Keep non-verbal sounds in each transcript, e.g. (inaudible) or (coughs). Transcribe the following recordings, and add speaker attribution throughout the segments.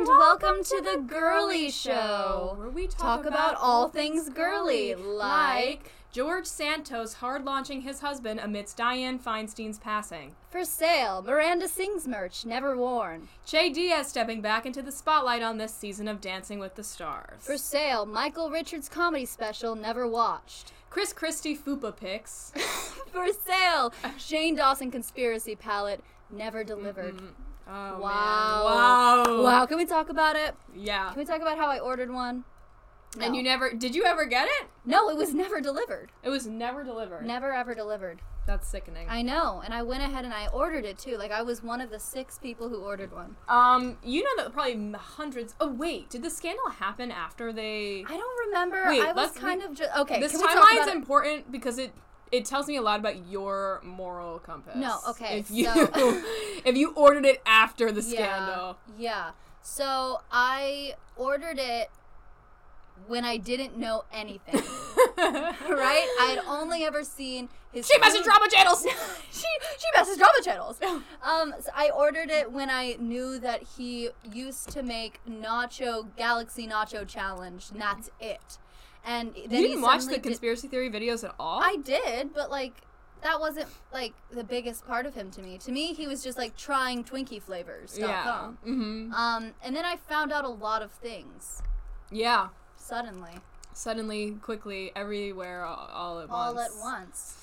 Speaker 1: Welcome to the Girly Show,
Speaker 2: where we
Speaker 1: talk about all things girly, like
Speaker 2: George Santos hard launching his husband amidst Diane Feinstein's passing,
Speaker 1: for sale Miranda Sings merch never worn.
Speaker 2: Che Diaz stepping back into the spotlight on this season of Dancing with the Stars,
Speaker 1: For sale Michael Richards comedy special never watched.
Speaker 2: Chris Christie Fupa pics,
Speaker 1: (laughs) For sale Shane Dawson conspiracy palette never delivered.
Speaker 2: Oh,
Speaker 1: Wow.
Speaker 2: man. Wow.
Speaker 1: Wow, can we talk about it?
Speaker 2: Yeah.
Speaker 1: Can we talk about how I ordered one?
Speaker 2: And you never did you ever get it?
Speaker 1: No, it was never delivered.
Speaker 2: It was never delivered.
Speaker 1: Never ever delivered.
Speaker 2: That's sickening.
Speaker 1: I know, and I went ahead and I ordered it too. Like I was one of the six people who ordered one.
Speaker 2: um, you know that probably m- hundreds. Oh wait, did the scandal happen after they?
Speaker 1: I don't remember.
Speaker 2: Wait,
Speaker 1: I was
Speaker 2: let's-
Speaker 1: kind of just okay.
Speaker 2: this
Speaker 1: can we talk
Speaker 2: timeline's
Speaker 1: about it?
Speaker 2: important because it it tells me a lot about your moral compass.
Speaker 1: No, okay,
Speaker 2: If you (laughs)
Speaker 1: so-
Speaker 2: if you ordered it after the scandal,
Speaker 1: Yeah, yeah. So I ordered it when I didn't know anything. (laughs)
Speaker 2: (laughs)
Speaker 1: right? I had only ever seen his.
Speaker 2: she
Speaker 1: (laughs)
Speaker 2: messaged drama channels.
Speaker 1: she she messes drama
Speaker 2: (laughs)
Speaker 1: channels. Um, so I ordered it when I knew that he used to make Nacho Galaxy Nacho Challenge. And that's it. And then
Speaker 2: you
Speaker 1: he
Speaker 2: didn't watch the
Speaker 1: suddenly did-
Speaker 2: conspiracy theory videos at all.
Speaker 1: I did, but like that wasn't like the biggest part of him to me. To me, he was just like trying Twinkie flavors.
Speaker 2: yeah.
Speaker 1: com.
Speaker 2: Mm-hmm.
Speaker 1: Um, and then I found out a lot of things
Speaker 2: Yeah.
Speaker 1: suddenly,
Speaker 2: Suddenly, quickly, everywhere, all, all at
Speaker 1: all at
Speaker 2: once.
Speaker 1: once.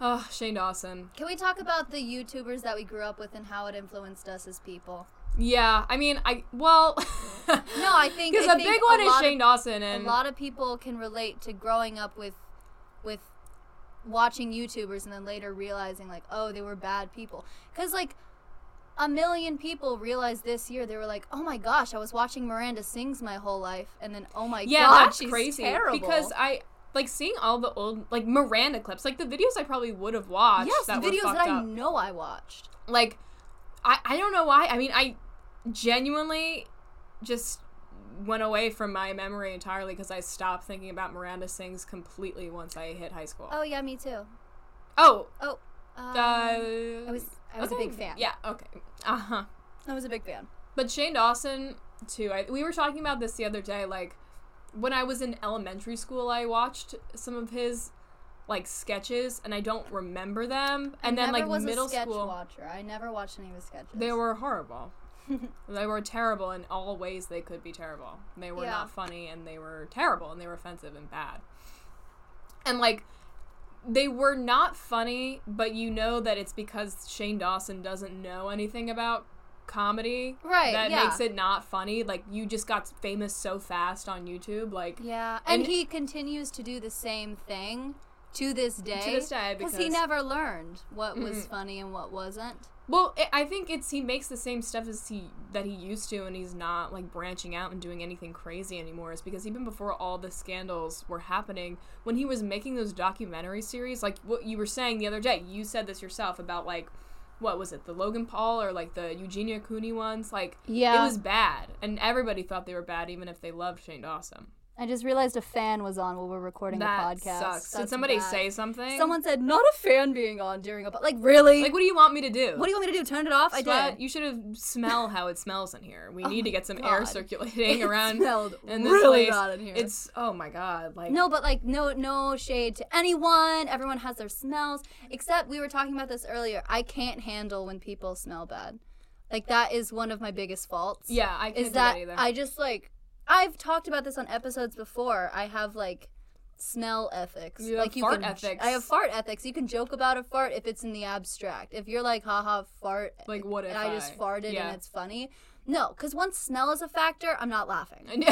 Speaker 2: Oh, Shane Dawson.
Speaker 1: Can we talk about the YouTubers that we grew up with and how it influenced us as people?
Speaker 2: Yeah, I mean, I well. (laughs) no,
Speaker 1: I think-
Speaker 2: because
Speaker 1: I
Speaker 2: a
Speaker 1: think
Speaker 2: big
Speaker 1: a
Speaker 2: one is
Speaker 1: lot of-
Speaker 2: Shane Dawson,
Speaker 1: A
Speaker 2: and
Speaker 1: lot of people can relate to growing up with, with watching YouTubers and then later realizing like, oh, they were bad people. Cause like a million people realized this year they were like, oh my gosh, I was watching Miranda Sings my whole life, and then oh my
Speaker 2: yeah,
Speaker 1: god,
Speaker 2: that's
Speaker 1: she's
Speaker 2: crazy.
Speaker 1: terrible.
Speaker 2: Because I like seeing all the old like Miranda clips, like the videos I probably would have watched.
Speaker 1: yes,
Speaker 2: that
Speaker 1: videos
Speaker 2: were
Speaker 1: that
Speaker 2: fucked
Speaker 1: I
Speaker 2: up.
Speaker 1: know I watched.
Speaker 2: like I I don't know why. I mean, I genuinely just went away from my memory entirely because I stopped thinking about Miranda Sings completely once I hit high school.
Speaker 1: Oh yeah, me too.
Speaker 2: oh,
Speaker 1: Oh, um,
Speaker 2: uh, I
Speaker 1: I was I was a big fan.
Speaker 2: Yeah. Okay. Uh huh.
Speaker 1: I was a big fan.
Speaker 2: But Shane Dawson too. I, we were talking about this the other day. Like when I was in elementary school, I watched some of his like sketches, and I don't remember them. And
Speaker 1: I never
Speaker 2: then like
Speaker 1: was
Speaker 2: middle
Speaker 1: a sketch
Speaker 2: school,
Speaker 1: watcher. I never watched any of his sketches.
Speaker 2: they
Speaker 1: (laughs)
Speaker 2: were horrible. they were terrible in all ways they could be terrible. They were
Speaker 1: Yeah.
Speaker 2: not funny, and they were terrible, and they were offensive and bad. And like. They were not funny, but you know that it's because Shane Dawson doesn't know anything about comedy
Speaker 1: right.
Speaker 2: that
Speaker 1: yeah.
Speaker 2: makes it not funny. Like you just got famous so fast on YouTube. Like
Speaker 1: Yeah, and,
Speaker 2: And-
Speaker 1: he continues to do the same thing to this day.
Speaker 2: this day,
Speaker 1: he
Speaker 2: because-
Speaker 1: never learned what was funny and what wasn't.
Speaker 2: well, i I think it's he makes the same stuff as he that he used to, and he's not like branching out and doing anything crazy anymore. It's because even before all the scandals were happening, when he was making those documentary series, like what you were saying the other day, you said this yourself about like. What was it? The Logan Paul or like the Eugenia Cooney ones? Like,
Speaker 1: Yeah.
Speaker 2: it was bad, and everybody thought they were bad, even if they loved Shane Dawson.
Speaker 1: I just realized a fan was on while we're recording
Speaker 2: That
Speaker 1: a podcast.
Speaker 2: sucks. Did
Speaker 1: That's
Speaker 2: somebody
Speaker 1: bad.
Speaker 2: say something?
Speaker 1: Someone said not a fan being on during a po-" like really.
Speaker 2: Like, what do you want me to do?
Speaker 1: what do you want me to do? Turn it off? I
Speaker 2: Sweat?
Speaker 1: did.
Speaker 2: You should have smell how it smells in here. We need to get some air
Speaker 1: Oh God. (laughs)
Speaker 2: circulating
Speaker 1: It
Speaker 2: around.
Speaker 1: smelled
Speaker 2: in this
Speaker 1: really
Speaker 2: place.
Speaker 1: bad in here.
Speaker 2: It's oh my god, like
Speaker 1: No, but like no no shade to anyone. Everyone has their smells. Except we were talking about this earlier. I can't handle when people smell bad. Like that is one of my biggest faults.
Speaker 2: Yeah, I can't
Speaker 1: is
Speaker 2: do
Speaker 1: that
Speaker 2: that either.
Speaker 1: I just like I've talked about this on episodes before. I have like smell ethics.
Speaker 2: You have
Speaker 1: like
Speaker 2: fart
Speaker 1: can,
Speaker 2: ethics.
Speaker 1: I have fart ethics. You can joke about a fart if it's in the abstract. If you're like haha fart
Speaker 2: like what if
Speaker 1: and I just farted
Speaker 2: yeah. (laughs)
Speaker 1: and it's funny. No, because once smell is a factor, I'm not laughing.
Speaker 2: (laughs)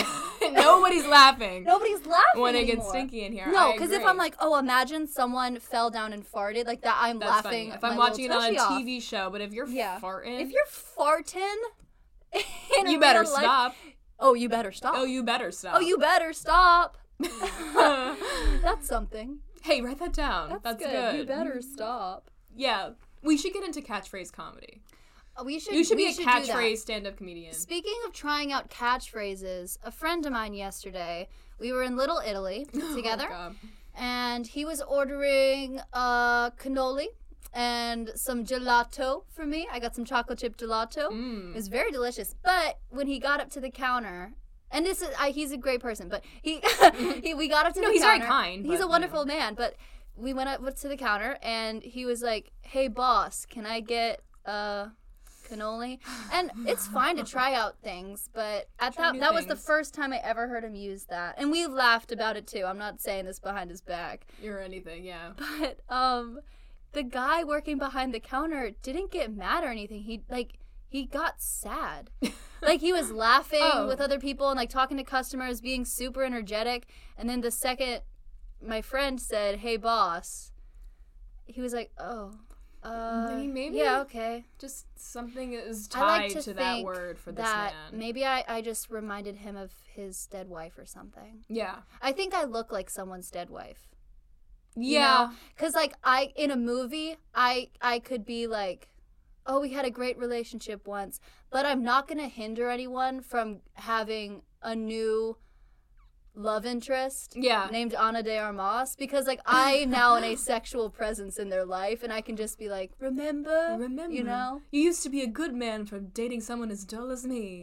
Speaker 2: Nobody's laughing
Speaker 1: Nobody's laughing
Speaker 2: when it gets
Speaker 1: anymore.
Speaker 2: stinky in here.
Speaker 1: No,
Speaker 2: because
Speaker 1: because if I'm like, oh, imagine someone fell down and farted like that, I'm
Speaker 2: That's
Speaker 1: laughing.
Speaker 2: funny. If
Speaker 1: my
Speaker 2: I'm watching it
Speaker 1: little
Speaker 2: on
Speaker 1: tushy
Speaker 2: a
Speaker 1: off.
Speaker 2: TV show, but if you're
Speaker 1: Yeah.
Speaker 2: farting,
Speaker 1: if you're farting, (laughs) in
Speaker 2: you
Speaker 1: real
Speaker 2: better
Speaker 1: life- (laughs)
Speaker 2: stop.
Speaker 1: Oh, you better stop.
Speaker 2: Oh, you better stop.
Speaker 1: Oh, you (laughs) better stop. That's something.
Speaker 2: (laughs) hey, write that down. That's, good.
Speaker 1: You better stop.
Speaker 2: Yeah, we should get into catchphrase comedy.
Speaker 1: Uh, We should.
Speaker 2: You should
Speaker 1: we
Speaker 2: be a
Speaker 1: do that.
Speaker 2: catchphrase stand-up comedian.
Speaker 1: Speaking of trying out catchphrases, a friend of mine yesterday, we were in Little Italy
Speaker 2: (laughs) (gasps) Oh,
Speaker 1: together,
Speaker 2: God.
Speaker 1: and he was ordering uh, cannoli, and some gelato for me. I got some chocolate chip gelato. It
Speaker 2: Mm.
Speaker 1: was very delicious. But when he got up to the counter, and this is I, he's a great person, but he, (laughs) he we got up to
Speaker 2: No,
Speaker 1: the
Speaker 2: he's very
Speaker 1: counter.
Speaker 2: kind,
Speaker 1: He's a
Speaker 2: but, you
Speaker 1: wonderful man, but we went up to the counter and he was like, "Hey boss, can I get uh cannoli?" And it's fine to try out things, but at
Speaker 2: Try
Speaker 1: that
Speaker 2: new
Speaker 1: that was the
Speaker 2: things.
Speaker 1: first time I ever heard him use that. And we laughed about it too. I'm not saying this behind his back.
Speaker 2: Or anything, yeah.
Speaker 1: But um the guy working behind the counter didn't get mad or anything. He like he got sad.
Speaker 2: (laughs)
Speaker 1: like he was laughing
Speaker 2: Oh.
Speaker 1: with other people and like talking to customers, being super energetic. And then the second my friend said, "Hey boss." He was like, "Oh. Uh,
Speaker 2: Maybe- maybe
Speaker 1: yeah, okay.
Speaker 2: Just something is
Speaker 1: I like
Speaker 2: tied
Speaker 1: to
Speaker 2: to, that
Speaker 1: think
Speaker 2: word for this
Speaker 1: That
Speaker 2: man.
Speaker 1: maybe I I just reminded him of his dead wife or something.
Speaker 2: yeah.
Speaker 1: I think I look like someone's dead wife. you
Speaker 2: Yeah.
Speaker 1: know? cuz like I in a movie, I I could be like, "Oh, we had a great relationship once," but I'm not going to hinder anyone from having a new love interest
Speaker 2: Yeah.
Speaker 1: named Ana de Armas because like I (laughs) am now an asexual presence in their life and I can just be like, "Remember?"
Speaker 2: Remember,
Speaker 1: You (laughs) know?
Speaker 2: you used to be a good man for dating someone as dull
Speaker 1: (laughs)
Speaker 2: as me.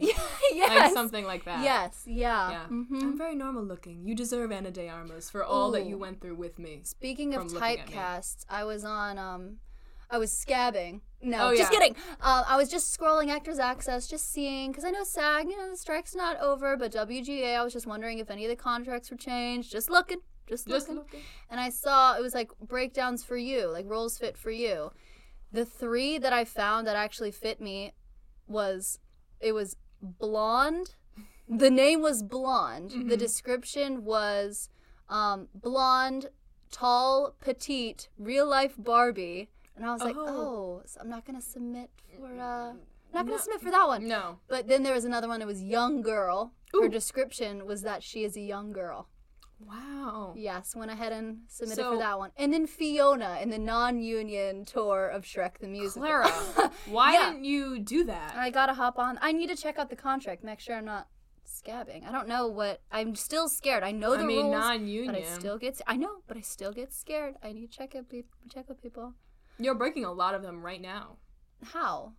Speaker 1: yes.
Speaker 2: Like something like that.
Speaker 1: Yes, yeah.
Speaker 2: Yeah.
Speaker 1: Mhm.
Speaker 2: I'm very normal looking. You deserve Anna de Armas for all that
Speaker 1: Ooh.
Speaker 2: you went through with me.
Speaker 1: Speaking of
Speaker 2: from looking at me.
Speaker 1: typecasts, I was on um I was scabbing. No,
Speaker 2: Oh,
Speaker 1: just
Speaker 2: yeah.
Speaker 1: kidding. Uh, I was just scrolling Actors Access, just seeing because I know SAG, you know, the strike's not over, but WGA. I was just wondering if any of the contracts were changed. Just looking, just,
Speaker 2: Just
Speaker 1: looking.
Speaker 2: looking.
Speaker 1: And I saw it was like breakdowns for you, like roles fit for you. The three that I found that actually fit me was it was blonde. The name was blonde. The
Speaker 2: Mhm.
Speaker 1: description was um, blonde, tall, petite, real life Barbie. And I was like,
Speaker 2: Oh.
Speaker 1: oh, so I'm not gonna submit for uh, I'm not gonna
Speaker 2: No.
Speaker 1: submit for that one.
Speaker 2: No.
Speaker 1: But then there was another one. It was young girl. Her
Speaker 2: Ooh.
Speaker 1: description was that she is a young girl.
Speaker 2: Wow.
Speaker 1: Yes, went ahead and submitted for
Speaker 2: So-
Speaker 1: that one. And then Fiona in the non-union tour of Shrek the Musical.
Speaker 2: Clara,
Speaker 1: (laughs)
Speaker 2: why
Speaker 1: Yeah.
Speaker 2: didn't you do that?
Speaker 1: I gotta hop on. I need to check out the contract, make sure I'm not scabbing. I don't know what. I'm still scared. I know
Speaker 2: I
Speaker 1: the
Speaker 2: mean,
Speaker 1: rules,
Speaker 2: non-union.
Speaker 1: but I still get. s- I know, but I still get scared. I need to check out peop check with people.
Speaker 2: You're breaking a lot of them right now.
Speaker 1: How?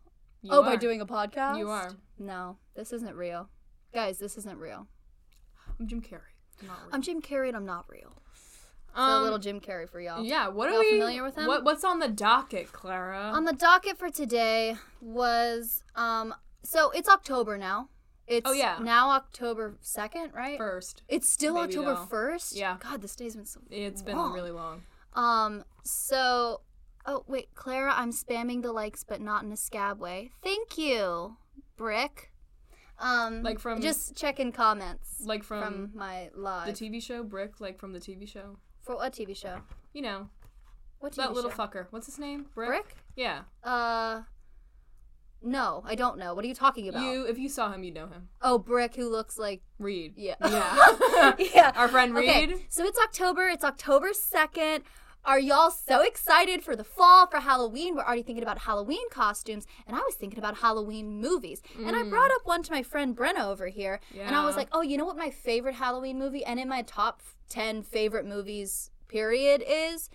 Speaker 2: You
Speaker 1: oh, by
Speaker 2: are.
Speaker 1: doing a podcast.
Speaker 2: You are.
Speaker 1: No, this isn't real, guys. This isn't real.
Speaker 2: I'm Jim Carrey. I'm Not real.
Speaker 1: I'm Jim Carrey, and I'm not real. So
Speaker 2: Um,
Speaker 1: a little Jim Carrey for y'all.
Speaker 2: Yeah. What are
Speaker 1: Y'all
Speaker 2: we
Speaker 1: familiar with him?
Speaker 2: What, what's on the docket, Clara?
Speaker 1: On the docket for today was um so it's October now. It's
Speaker 2: Oh, yeah.
Speaker 1: now October 2nd, right?
Speaker 2: First,
Speaker 1: it's still
Speaker 2: maybe,
Speaker 1: October
Speaker 2: though.
Speaker 1: 1st?
Speaker 2: Yeah.
Speaker 1: God, this day's been so
Speaker 2: it's been
Speaker 1: long.
Speaker 2: really long.
Speaker 1: Um so oh wait, Clara, I'm spamming the likes but not in a scab way. Thank you, Brick. Um
Speaker 2: Like from-
Speaker 1: just checking comments
Speaker 2: Like
Speaker 1: from,
Speaker 2: from,
Speaker 1: my
Speaker 2: the
Speaker 1: live.
Speaker 2: TV show Brick, like from the TV show.
Speaker 1: for what TV show?
Speaker 2: You know
Speaker 1: What TV
Speaker 2: that little
Speaker 1: show?
Speaker 2: fucker. What's his name? Brick.
Speaker 1: Brick?
Speaker 2: Yeah.
Speaker 1: Uh no, I don't know. What are you talking about?
Speaker 2: You, if you saw him, you'd know him.
Speaker 1: Oh, Brick, who looks like
Speaker 2: Reed.
Speaker 1: yeah,
Speaker 2: Yeah.
Speaker 1: (laughs)
Speaker 2: (laughs)
Speaker 1: yeah.
Speaker 2: Our friend
Speaker 1: Okay,
Speaker 2: Reed.
Speaker 1: so it's October. It's October second. Are y'all so excited for the fall for Halloween? We're already thinking about Halloween costumes, and I was thinking about Halloween movies. And I brought up one to my friend Brenna over here, and I was
Speaker 2: Mm-hmm. Mm. Yeah.
Speaker 1: like, "Oh, you know what my favorite Halloween movie and in my top ten favorite movies period is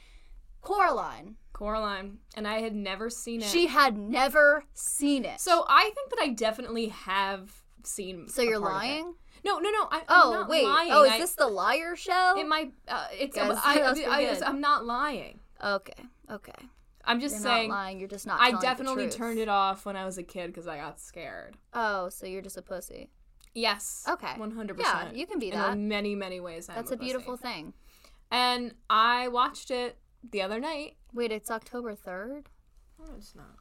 Speaker 1: Coraline."
Speaker 2: Coraline, and I had never seen it.
Speaker 1: She had never seen it,
Speaker 2: So I think that I definitely have seen.
Speaker 1: so
Speaker 2: a
Speaker 1: you're
Speaker 2: part of it.
Speaker 1: lying.
Speaker 2: No, no, no. I,
Speaker 1: Oh
Speaker 2: I'm not
Speaker 1: wait,
Speaker 2: Lying.
Speaker 1: oh is
Speaker 2: I-
Speaker 1: this the liar show?
Speaker 2: It might. Uh,
Speaker 1: (laughs)
Speaker 2: it's.
Speaker 1: Guys,
Speaker 2: I,
Speaker 1: that was
Speaker 2: I, I,
Speaker 1: pretty
Speaker 2: just,
Speaker 1: good.
Speaker 2: I'm not lying.
Speaker 1: okay, okay.
Speaker 2: I'm just
Speaker 1: You're
Speaker 2: saying.
Speaker 1: not lying. You're just not.
Speaker 2: I
Speaker 1: telling the
Speaker 2: definitely
Speaker 1: truth.
Speaker 2: turned it off when I was a kid because I got scared.
Speaker 1: Oh, so you're just a pussy.
Speaker 2: Yes.
Speaker 1: Okay.
Speaker 2: One hundred
Speaker 1: Yeah,
Speaker 2: percent.
Speaker 1: you can be
Speaker 2: In
Speaker 1: that.
Speaker 2: the many, many ways. I'm
Speaker 1: That's a
Speaker 2: pussy.
Speaker 1: beautiful thing.
Speaker 2: And I watched it the other night.
Speaker 1: Wait, it's October third.
Speaker 2: No, it's not.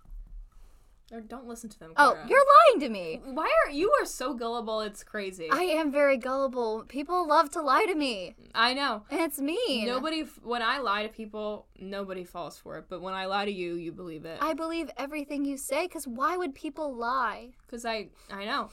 Speaker 2: Or don't listen to them.
Speaker 1: Oh,
Speaker 2: Clara.
Speaker 1: you're lying to me.
Speaker 2: Why are you are so gullible? It's crazy.
Speaker 1: I am very gullible. People love to lie to me,
Speaker 2: I know.
Speaker 1: and it's mean.
Speaker 2: Mm. Nobody. f- When I lie to people, nobody falls for it. But when I lie to you, you believe it.
Speaker 1: I believe everything you say, because why would people lie?
Speaker 2: Because I, I know.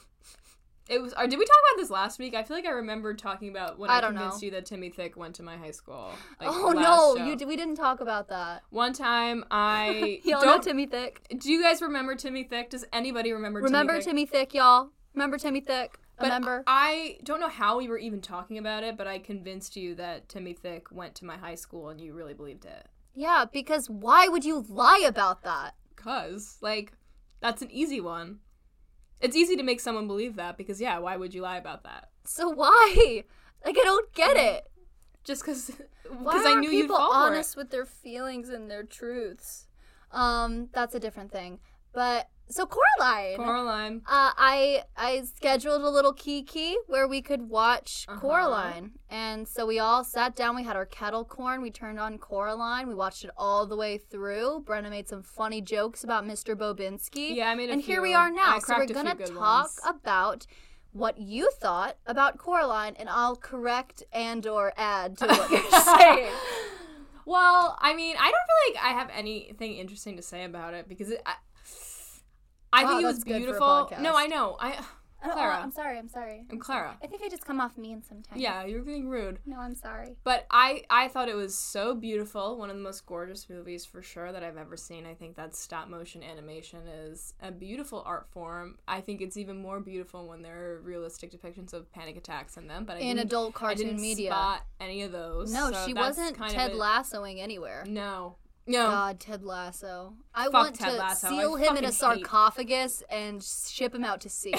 Speaker 2: It was. Or did we talk about this last week? I feel like I remember talking about when
Speaker 1: I
Speaker 2: I,
Speaker 1: don't
Speaker 2: convinced
Speaker 1: know.
Speaker 2: you that Timmy Thick went to my high school. like,
Speaker 1: oh
Speaker 2: last
Speaker 1: no,
Speaker 2: show.
Speaker 1: you d- we didn't talk about that.
Speaker 2: One time I
Speaker 1: (laughs) Y'all know
Speaker 2: don't.
Speaker 1: Timmy Thick.
Speaker 2: do you guys remember Timmy Thick? Does anybody remember?
Speaker 1: Remember Timmy
Speaker 2: Timmy Thick?
Speaker 1: Thick, y'all. Remember Timmy Thick.
Speaker 2: But
Speaker 1: Remember.
Speaker 2: I don't know how we were even talking about it, but I convinced you that Timmy Thick went to my high school, and you really believed it.
Speaker 1: Yeah, because why would you lie about that?
Speaker 2: Cause, like, that's an easy one. It's easy to make someone believe that because, yeah, why would you lie about that?
Speaker 1: So why? (laughs) Like I don't get
Speaker 2: Mm.
Speaker 1: it.
Speaker 2: Just (laughs) because
Speaker 1: Why
Speaker 2: because
Speaker 1: aren't
Speaker 2: I knew you'd
Speaker 1: people
Speaker 2: fall
Speaker 1: honest with their feelings and their truths? Um, that's a different thing. But so Coraline.
Speaker 2: for it. Coraline.
Speaker 1: uh, I I scheduled a little kiki where we could watch
Speaker 2: Uh-huh.
Speaker 1: Coraline, and so we all sat down. We had our kettle corn. We turned on Coraline. We watched it all the way through. Brenna made some funny jokes about Mr. Bobinski.
Speaker 2: Yeah, I made a
Speaker 1: and
Speaker 2: few.
Speaker 1: here we are now.
Speaker 2: I
Speaker 1: so we're
Speaker 2: cracked a few
Speaker 1: gonna
Speaker 2: good
Speaker 1: talk
Speaker 2: ones.
Speaker 1: about what you thought about Coraline, and I'll correct and or add to
Speaker 2: (laughs)
Speaker 1: what you're saying.
Speaker 2: Well, I mean, I don't feel like I have anything interesting to say about it because it, I, I
Speaker 1: Wow,
Speaker 2: think it
Speaker 1: Oh, that's
Speaker 2: was
Speaker 1: good for a
Speaker 2: beautiful. No,
Speaker 1: podcast.
Speaker 2: I know. I
Speaker 1: I don't-
Speaker 2: Clara.
Speaker 1: Oh, I'm sorry. I'm sorry.
Speaker 2: I'm Clara.
Speaker 1: I think I just come off mean sometimes.
Speaker 2: Yeah, you're being rude.
Speaker 1: No, I'm sorry.
Speaker 2: But I I thought it was so beautiful. One of the most gorgeous movies for sure that I've ever seen. I think that stop motion animation is a beautiful art form. I think it's even more beautiful when there are realistic depictions of panic attacks in them. But I
Speaker 1: In
Speaker 2: didn't,
Speaker 1: adult
Speaker 2: I
Speaker 1: cartoon
Speaker 2: didn't
Speaker 1: media.
Speaker 2: spot any of those.
Speaker 1: No,
Speaker 2: so
Speaker 1: she
Speaker 2: that's
Speaker 1: wasn't
Speaker 2: kind
Speaker 1: Ted
Speaker 2: of it.
Speaker 1: Lassoing anywhere.
Speaker 2: No, no.
Speaker 1: God, Ted Lasso. I
Speaker 2: Fuck
Speaker 1: want
Speaker 2: Ted
Speaker 1: to
Speaker 2: Lasso. I
Speaker 1: seal him in
Speaker 2: fucking
Speaker 1: a
Speaker 2: hate-
Speaker 1: sarcophagus and ship him out to sea.
Speaker 2: (laughs)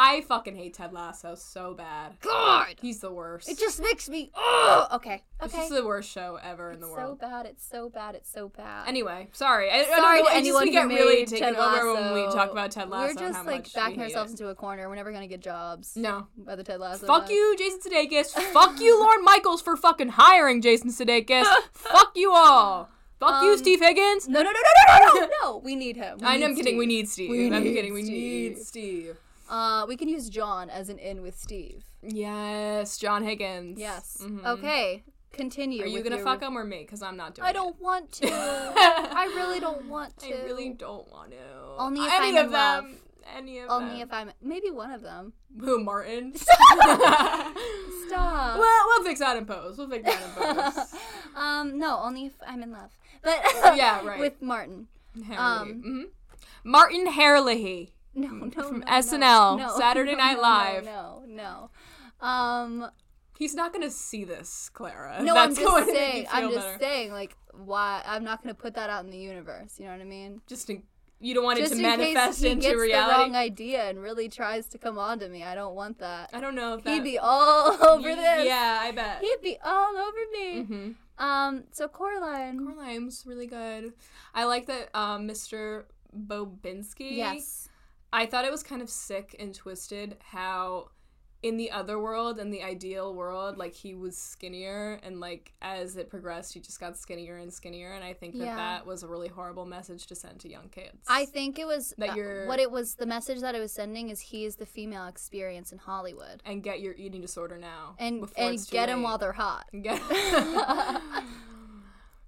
Speaker 2: I fucking hate Ted Lasso so bad.
Speaker 1: God,
Speaker 2: He's the worst.
Speaker 1: it just makes me. Oh, okay,
Speaker 2: It's
Speaker 1: okay.
Speaker 2: just the worst show ever in the
Speaker 1: It's so
Speaker 2: world.
Speaker 1: bad. It's so bad. It's so bad.
Speaker 2: Anyway, sorry. I, I
Speaker 1: Sorry
Speaker 2: don't know,
Speaker 1: to
Speaker 2: I just-
Speaker 1: anyone
Speaker 2: we
Speaker 1: who
Speaker 2: get really
Speaker 1: made
Speaker 2: taken
Speaker 1: Ted
Speaker 2: over when we
Speaker 1: Lasso.
Speaker 2: talk about Ted Lasso.
Speaker 1: We're
Speaker 2: and
Speaker 1: just
Speaker 2: how
Speaker 1: like
Speaker 2: much we
Speaker 1: backing
Speaker 2: hate
Speaker 1: ourselves
Speaker 2: it.
Speaker 1: into a corner. We're never gonna get jobs.
Speaker 2: No.
Speaker 1: by the Ted Lasso.
Speaker 2: Fuck
Speaker 1: mess.
Speaker 2: you, Jason Sudeikis.
Speaker 1: (laughs)
Speaker 2: Fuck you, Lorne Michaels, for fucking hiring Jason Sudeikis. Fuck you all. Fuck you,
Speaker 1: Um,
Speaker 2: Steve Higgins.
Speaker 1: No, no, no, no, no, no, no, no. We need him. We
Speaker 2: I know, I'm
Speaker 1: need
Speaker 2: kidding. We
Speaker 1: Steve.
Speaker 2: need Steve.
Speaker 1: We
Speaker 2: I'm
Speaker 1: need
Speaker 2: kidding. We
Speaker 1: Steve.
Speaker 2: need Steve.
Speaker 1: Uh, we can use John as an in with Steve.
Speaker 2: Yes, John Higgins.
Speaker 1: Yes.
Speaker 2: Mhm.
Speaker 1: Okay. Continue.
Speaker 2: Are you
Speaker 1: with
Speaker 2: gonna
Speaker 1: your
Speaker 2: fuck him or me? Because I'm not doing.
Speaker 1: I
Speaker 2: it. (laughs)
Speaker 1: don't want to. I really don't want to.
Speaker 2: I really don't want to.
Speaker 1: Only if
Speaker 2: any
Speaker 1: I'm
Speaker 2: of
Speaker 1: in love.
Speaker 2: them. Any of
Speaker 1: Only
Speaker 2: them.
Speaker 1: if I'm maybe one of them.
Speaker 2: (laughs) Who
Speaker 1: (laughs)
Speaker 2: Martin?
Speaker 1: Stop.
Speaker 2: Well, we'll fix that in post. We'll fix that in post.
Speaker 1: (laughs) um, no, only if I'm in love. But (laughs)
Speaker 2: Yeah, right.
Speaker 1: With Martin.
Speaker 2: Um, Martin Herlihy. (laughs)
Speaker 1: No, no.
Speaker 2: From
Speaker 1: no,
Speaker 2: SNL,
Speaker 1: no, no, (laughs)
Speaker 2: Saturday
Speaker 1: no,
Speaker 2: Night
Speaker 1: no,
Speaker 2: Live.
Speaker 1: No, no. no. Um,
Speaker 2: He's not gonna see this, Clara. (laughs)
Speaker 1: no,
Speaker 2: Uh, That's
Speaker 1: I'm
Speaker 2: going
Speaker 1: just
Speaker 2: to make
Speaker 1: saying.
Speaker 2: you feel
Speaker 1: I'm just
Speaker 2: better.
Speaker 1: saying. Like, why? I'm not gonna put that out in the universe. You know what I mean?
Speaker 2: Just in, you don't want it
Speaker 1: just
Speaker 2: to
Speaker 1: in
Speaker 2: manifest
Speaker 1: case he
Speaker 2: into
Speaker 1: gets
Speaker 2: reality.
Speaker 1: the wrong idea and really tries to come on to me, I don't want that.
Speaker 2: I don't know if that.
Speaker 1: He'd be all (laughs) over
Speaker 2: Ye-
Speaker 1: this.
Speaker 2: Yeah, I bet.
Speaker 1: He'd be all over me.
Speaker 2: Mm-hmm.
Speaker 1: Um, so Coraline.
Speaker 2: Lime's really good. I like that um, Mr. Bobinski.
Speaker 1: Yes.
Speaker 2: I thought it was kind of sick and twisted how in the other world in the ideal world like he was skinnier and like as it progressed he just got skinnier and skinnier and I think that
Speaker 1: Yeah.
Speaker 2: that was a really horrible message to send to young kids.
Speaker 1: I think it was
Speaker 2: That
Speaker 1: uh,
Speaker 2: you're-
Speaker 1: what it was. The message that it was sending is he is the female experience in Hollywood,
Speaker 2: and get your eating disorder now
Speaker 1: and
Speaker 2: before
Speaker 1: and
Speaker 2: it's too
Speaker 1: get them
Speaker 2: late. (laughs)
Speaker 1: while they're hot. (laughs)
Speaker 2: Get-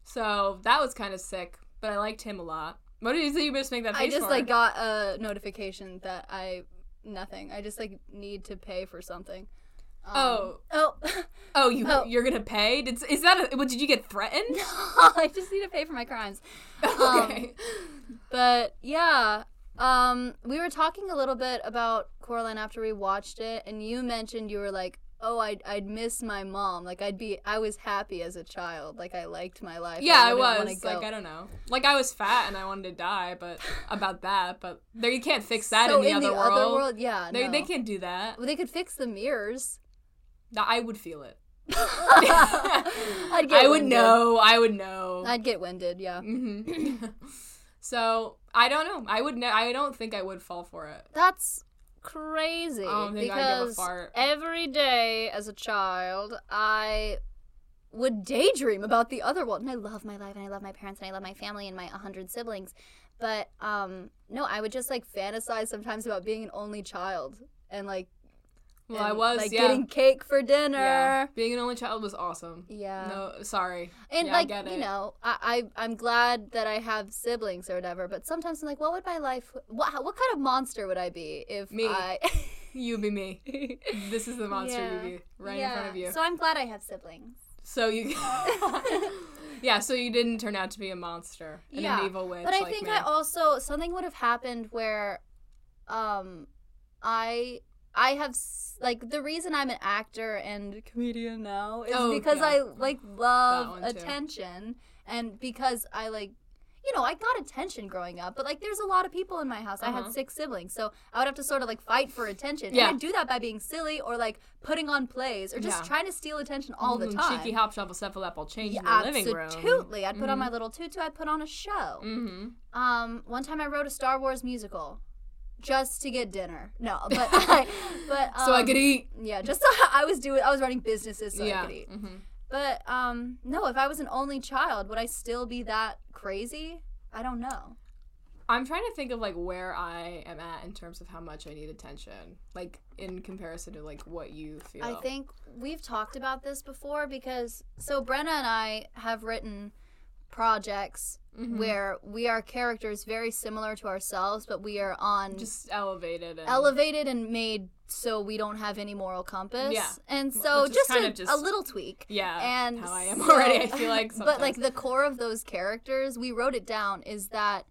Speaker 2: so that was kind of sick, but I liked him a lot. What did you say you just make that
Speaker 1: I
Speaker 2: face
Speaker 1: just
Speaker 2: for?
Speaker 1: like got a notification that I nothing. I just like need to pay for something. Um,
Speaker 2: Oh.
Speaker 1: oh! (laughs)
Speaker 2: Oh, you
Speaker 1: Oh.
Speaker 2: you're gonna pay? Did is that a, what? Did you get
Speaker 1: (laughs)
Speaker 2: threatened? (laughs)
Speaker 1: I just need to pay for my crimes.
Speaker 2: okay.
Speaker 1: But yeah, um, we were talking a little bit about Coraline after we watched it, and you mentioned you were like, "Oh, I'd I'd miss my mom. Like I'd be, I was happy as a child. Like I liked my life.
Speaker 2: yeah, I
Speaker 1: wouldn't wanna
Speaker 2: was
Speaker 1: go."
Speaker 2: like, I don't know, like I was fat and I wanted to die, but
Speaker 1: (sighs)
Speaker 2: about that, but there you can't fix that
Speaker 1: so
Speaker 2: in the, other, world.
Speaker 1: yeah,
Speaker 2: They
Speaker 1: no.
Speaker 2: they can't do that.
Speaker 1: Well, they could fix the mirrors. (laughs)
Speaker 2: (laughs) Th- I would feel it. (laughs)
Speaker 1: I'd get
Speaker 2: I would
Speaker 1: winded.
Speaker 2: know. I would know.
Speaker 1: I'd get winded. Yeah,
Speaker 2: hmm (laughs) so I don't know. I would. Ne- I don't think I would fall for it.
Speaker 1: that's crazy.
Speaker 2: I don't think I Oh, give a
Speaker 1: because
Speaker 2: fart.
Speaker 1: every day as a child, I would daydream about the other world. And I love my life and I love my parents and I love my family and my 100 siblings. But um no, I would just like fantasize sometimes about being an only child and like
Speaker 2: Well, I
Speaker 1: and,
Speaker 2: was.
Speaker 1: like
Speaker 2: yeah.
Speaker 1: getting cake for dinner.
Speaker 2: yeah.
Speaker 1: Yeah.
Speaker 2: Being an only child was awesome. No, sorry.
Speaker 1: And
Speaker 2: Yeah, I
Speaker 1: like
Speaker 2: get
Speaker 1: you
Speaker 2: it.
Speaker 1: know, I, I I'm glad that I have siblings or whatever. But sometimes I'm like, what would my life? What what kind of monster would I be if
Speaker 2: Me.
Speaker 1: I?
Speaker 2: You be me.
Speaker 1: (laughs)
Speaker 2: This is the monster
Speaker 1: Yeah.
Speaker 2: you be right in
Speaker 1: (laughs)
Speaker 2: front of
Speaker 1: Yeah,
Speaker 2: you.
Speaker 1: So I'm glad I have siblings.
Speaker 2: (laughs)
Speaker 1: (laughs)
Speaker 2: So you, yeah. So you didn't turn out to be a monster, and
Speaker 1: Yeah,
Speaker 2: an evil witch.
Speaker 1: but I
Speaker 2: like
Speaker 1: think
Speaker 2: me.
Speaker 1: I also something would have happened where, um, I I have s- like the reason I'm an actor and comedian now is
Speaker 2: Oh,
Speaker 1: because
Speaker 2: yeah.
Speaker 1: I like love
Speaker 2: one, too.
Speaker 1: attention and because I like you know, I got attention growing up, but like there's a lot of people in my house. I
Speaker 2: Uh-huh.
Speaker 1: had six siblings, so I would have to sort of like fight for attention.
Speaker 2: Yeah.
Speaker 1: And I'd do that by being silly or like putting on plays or just
Speaker 2: Yeah.
Speaker 1: trying to steal attention all the
Speaker 2: Mm,
Speaker 1: time.
Speaker 2: Cheeky hop shovel cephalapple change
Speaker 1: Yeah,
Speaker 2: in the living room.
Speaker 1: absolutely. I'd put on my little tutu, I'd put on a show.
Speaker 2: Mm-hmm.
Speaker 1: Um, one time I wrote a Star Wars musical just to get dinner.
Speaker 2: (laughs)
Speaker 1: No, (laughs) but I, but um,
Speaker 2: so I could eat.
Speaker 1: Yeah, just so (laughs) I was doing. I was running businesses so I
Speaker 2: yeah.
Speaker 1: could eat.
Speaker 2: Mm-hmm.
Speaker 1: But um, no, if I was an only child, would I still be that crazy? I don't know.
Speaker 2: I'm trying to think of like where I am at in terms of how much I need attention, like in comparison to like what you feel.
Speaker 1: I think we've talked about this before because so Brenna and I have written projects
Speaker 2: Mhm.
Speaker 1: where we are characters very similar to ourselves, but we are on
Speaker 2: just elevated. And,
Speaker 1: elevated and made so we don't have any moral compass.
Speaker 2: Yeah.
Speaker 1: And so
Speaker 2: which is
Speaker 1: just
Speaker 2: kind
Speaker 1: a,
Speaker 2: of just-
Speaker 1: a little tweak.
Speaker 2: Yeah,
Speaker 1: And
Speaker 2: how I am
Speaker 1: so-
Speaker 2: already. I feel like,
Speaker 1: (laughs) but like
Speaker 2: sometimes.
Speaker 1: the core of those characters, we wrote it down is that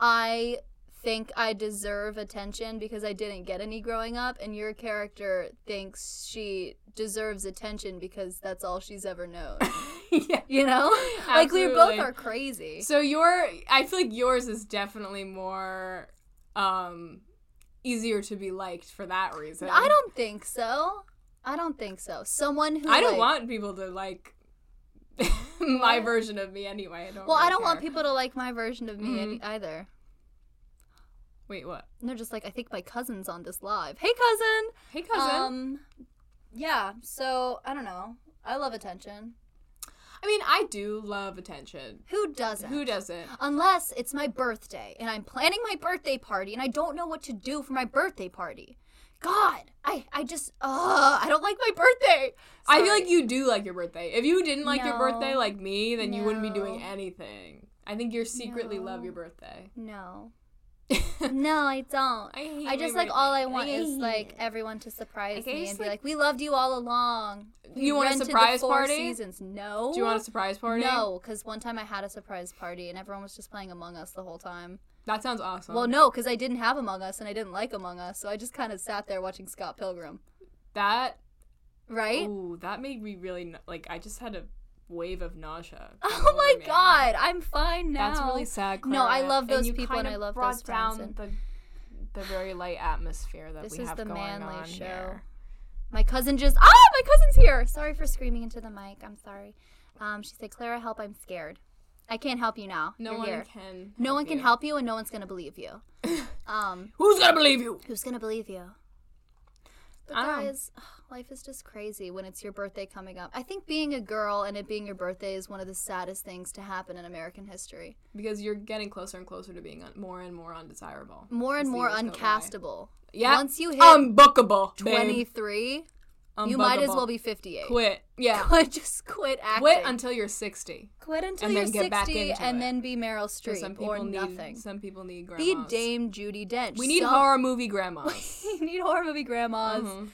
Speaker 1: I think I deserve attention because I didn't get any growing up and your character thinks she deserves attention because that's all she's ever
Speaker 2: (laughs)
Speaker 1: known.
Speaker 2: (laughs) yeah.
Speaker 1: You know? like we both
Speaker 2: Absolutely.
Speaker 1: are crazy.
Speaker 2: So your, I feel like yours is definitely more, um, easier to be liked for that reason.
Speaker 1: I don't think so. I don't think so. Someone who
Speaker 2: I don't
Speaker 1: like-
Speaker 2: want people to like (laughs) my version of me anyway. I don't.
Speaker 1: Well, I
Speaker 2: really
Speaker 1: don't want
Speaker 2: care.
Speaker 1: people to like my version of me any- either.
Speaker 2: Wait, what?
Speaker 1: And they're just like, I think my cousin's on this live. Hey, cousin.
Speaker 2: Hey, cousin.
Speaker 1: Um, yeah. So I don't know. I love attention.
Speaker 2: I mean, I do love attention.
Speaker 1: Who doesn't?
Speaker 2: Who doesn't?
Speaker 1: Unless it's my birthday and I'm planning my birthday party and I don't know what to do for my birthday party. God, I I just uh I don't like my birthday.
Speaker 2: I feel like
Speaker 1: Sorry.
Speaker 2: you do like your birthday. If you didn't like your birthday
Speaker 1: No.
Speaker 2: like me, then you wouldn't be doing
Speaker 1: No.
Speaker 2: anything. I think you secretly love your birthday. (laughs)
Speaker 1: no.
Speaker 2: I
Speaker 1: No, I don't.
Speaker 2: hate
Speaker 1: I
Speaker 2: my
Speaker 1: just like all
Speaker 2: birthday.
Speaker 1: I want is
Speaker 2: hate
Speaker 1: like
Speaker 2: (laughs) it.
Speaker 1: everyone to surprise
Speaker 2: Like, I
Speaker 1: me and
Speaker 2: just,
Speaker 1: be
Speaker 2: like-
Speaker 1: like, "We loved you all along." We
Speaker 2: You want a
Speaker 1: rented the
Speaker 2: surprise
Speaker 1: Four
Speaker 2: party?
Speaker 1: Seasons. No.
Speaker 2: Do you want a surprise party?
Speaker 1: No, because one time I had a surprise party and everyone was just playing Among Us the whole time.
Speaker 2: That sounds awesome.
Speaker 1: Well, no, because I didn't have Among Us and I didn't like Among Us, so I just kind of sat there watching Scott Pilgrim.
Speaker 2: That
Speaker 1: Right?
Speaker 2: ooh, that made me really n- like I just had a wave of
Speaker 1: (laughs)
Speaker 2: nausea.
Speaker 1: (laughs) oh my god, I'm fine now.
Speaker 2: That's really sad.
Speaker 1: No, I
Speaker 2: Clara.
Speaker 1: love those
Speaker 2: you
Speaker 1: people and
Speaker 2: kinda
Speaker 1: I love
Speaker 2: brought
Speaker 1: those friends
Speaker 2: down
Speaker 1: and-
Speaker 2: the the very light atmosphere that
Speaker 1: This
Speaker 2: we
Speaker 1: is
Speaker 2: have
Speaker 1: the
Speaker 2: going
Speaker 1: manly
Speaker 2: on
Speaker 1: show.
Speaker 2: here.
Speaker 1: My cousin just ah, my cousin's here. Sorry for screaming into the mic. I'm sorry. Um, she said, "Clara, help! I'm scared. I can't help you now.
Speaker 2: No
Speaker 1: You're
Speaker 2: one
Speaker 1: here.
Speaker 2: can.
Speaker 1: no one can
Speaker 2: you.
Speaker 1: help you, and no one's gonna believe
Speaker 2: (laughs)
Speaker 1: you. um,
Speaker 2: Who's gonna believe you?
Speaker 1: who's gonna believe you?" But
Speaker 2: I don't-
Speaker 1: guys, life is just crazy when it's your birthday coming up. I think being a girl and it being your birthday is one of the saddest things to happen in American history.
Speaker 2: because you're getting closer and closer to being un- more and more undesirable.
Speaker 1: More and
Speaker 2: As the
Speaker 1: more
Speaker 2: years go by.
Speaker 1: uncastable.
Speaker 2: Yeah.
Speaker 1: Once you hit
Speaker 2: Unbookable. babe.
Speaker 1: 23, you might as
Speaker 2: Unbookable.
Speaker 1: well be 58.
Speaker 2: quit. Yeah.
Speaker 1: just (laughs) quit acting.
Speaker 2: Quit until you're 60.
Speaker 1: Quit until
Speaker 2: and
Speaker 1: you're
Speaker 2: then get back
Speaker 1: 60
Speaker 2: into
Speaker 1: and
Speaker 2: it.
Speaker 1: then be Meryl
Speaker 2: 'Cause
Speaker 1: Streep
Speaker 2: Some people
Speaker 1: or
Speaker 2: need
Speaker 1: nothing.
Speaker 2: some people need
Speaker 1: Be
Speaker 2: grandmas.
Speaker 1: Dame Judy Dench.
Speaker 2: we need
Speaker 1: Some-
Speaker 2: horror movie grandmas.
Speaker 1: (laughs) we need horror movie grandmas
Speaker 2: Mhm.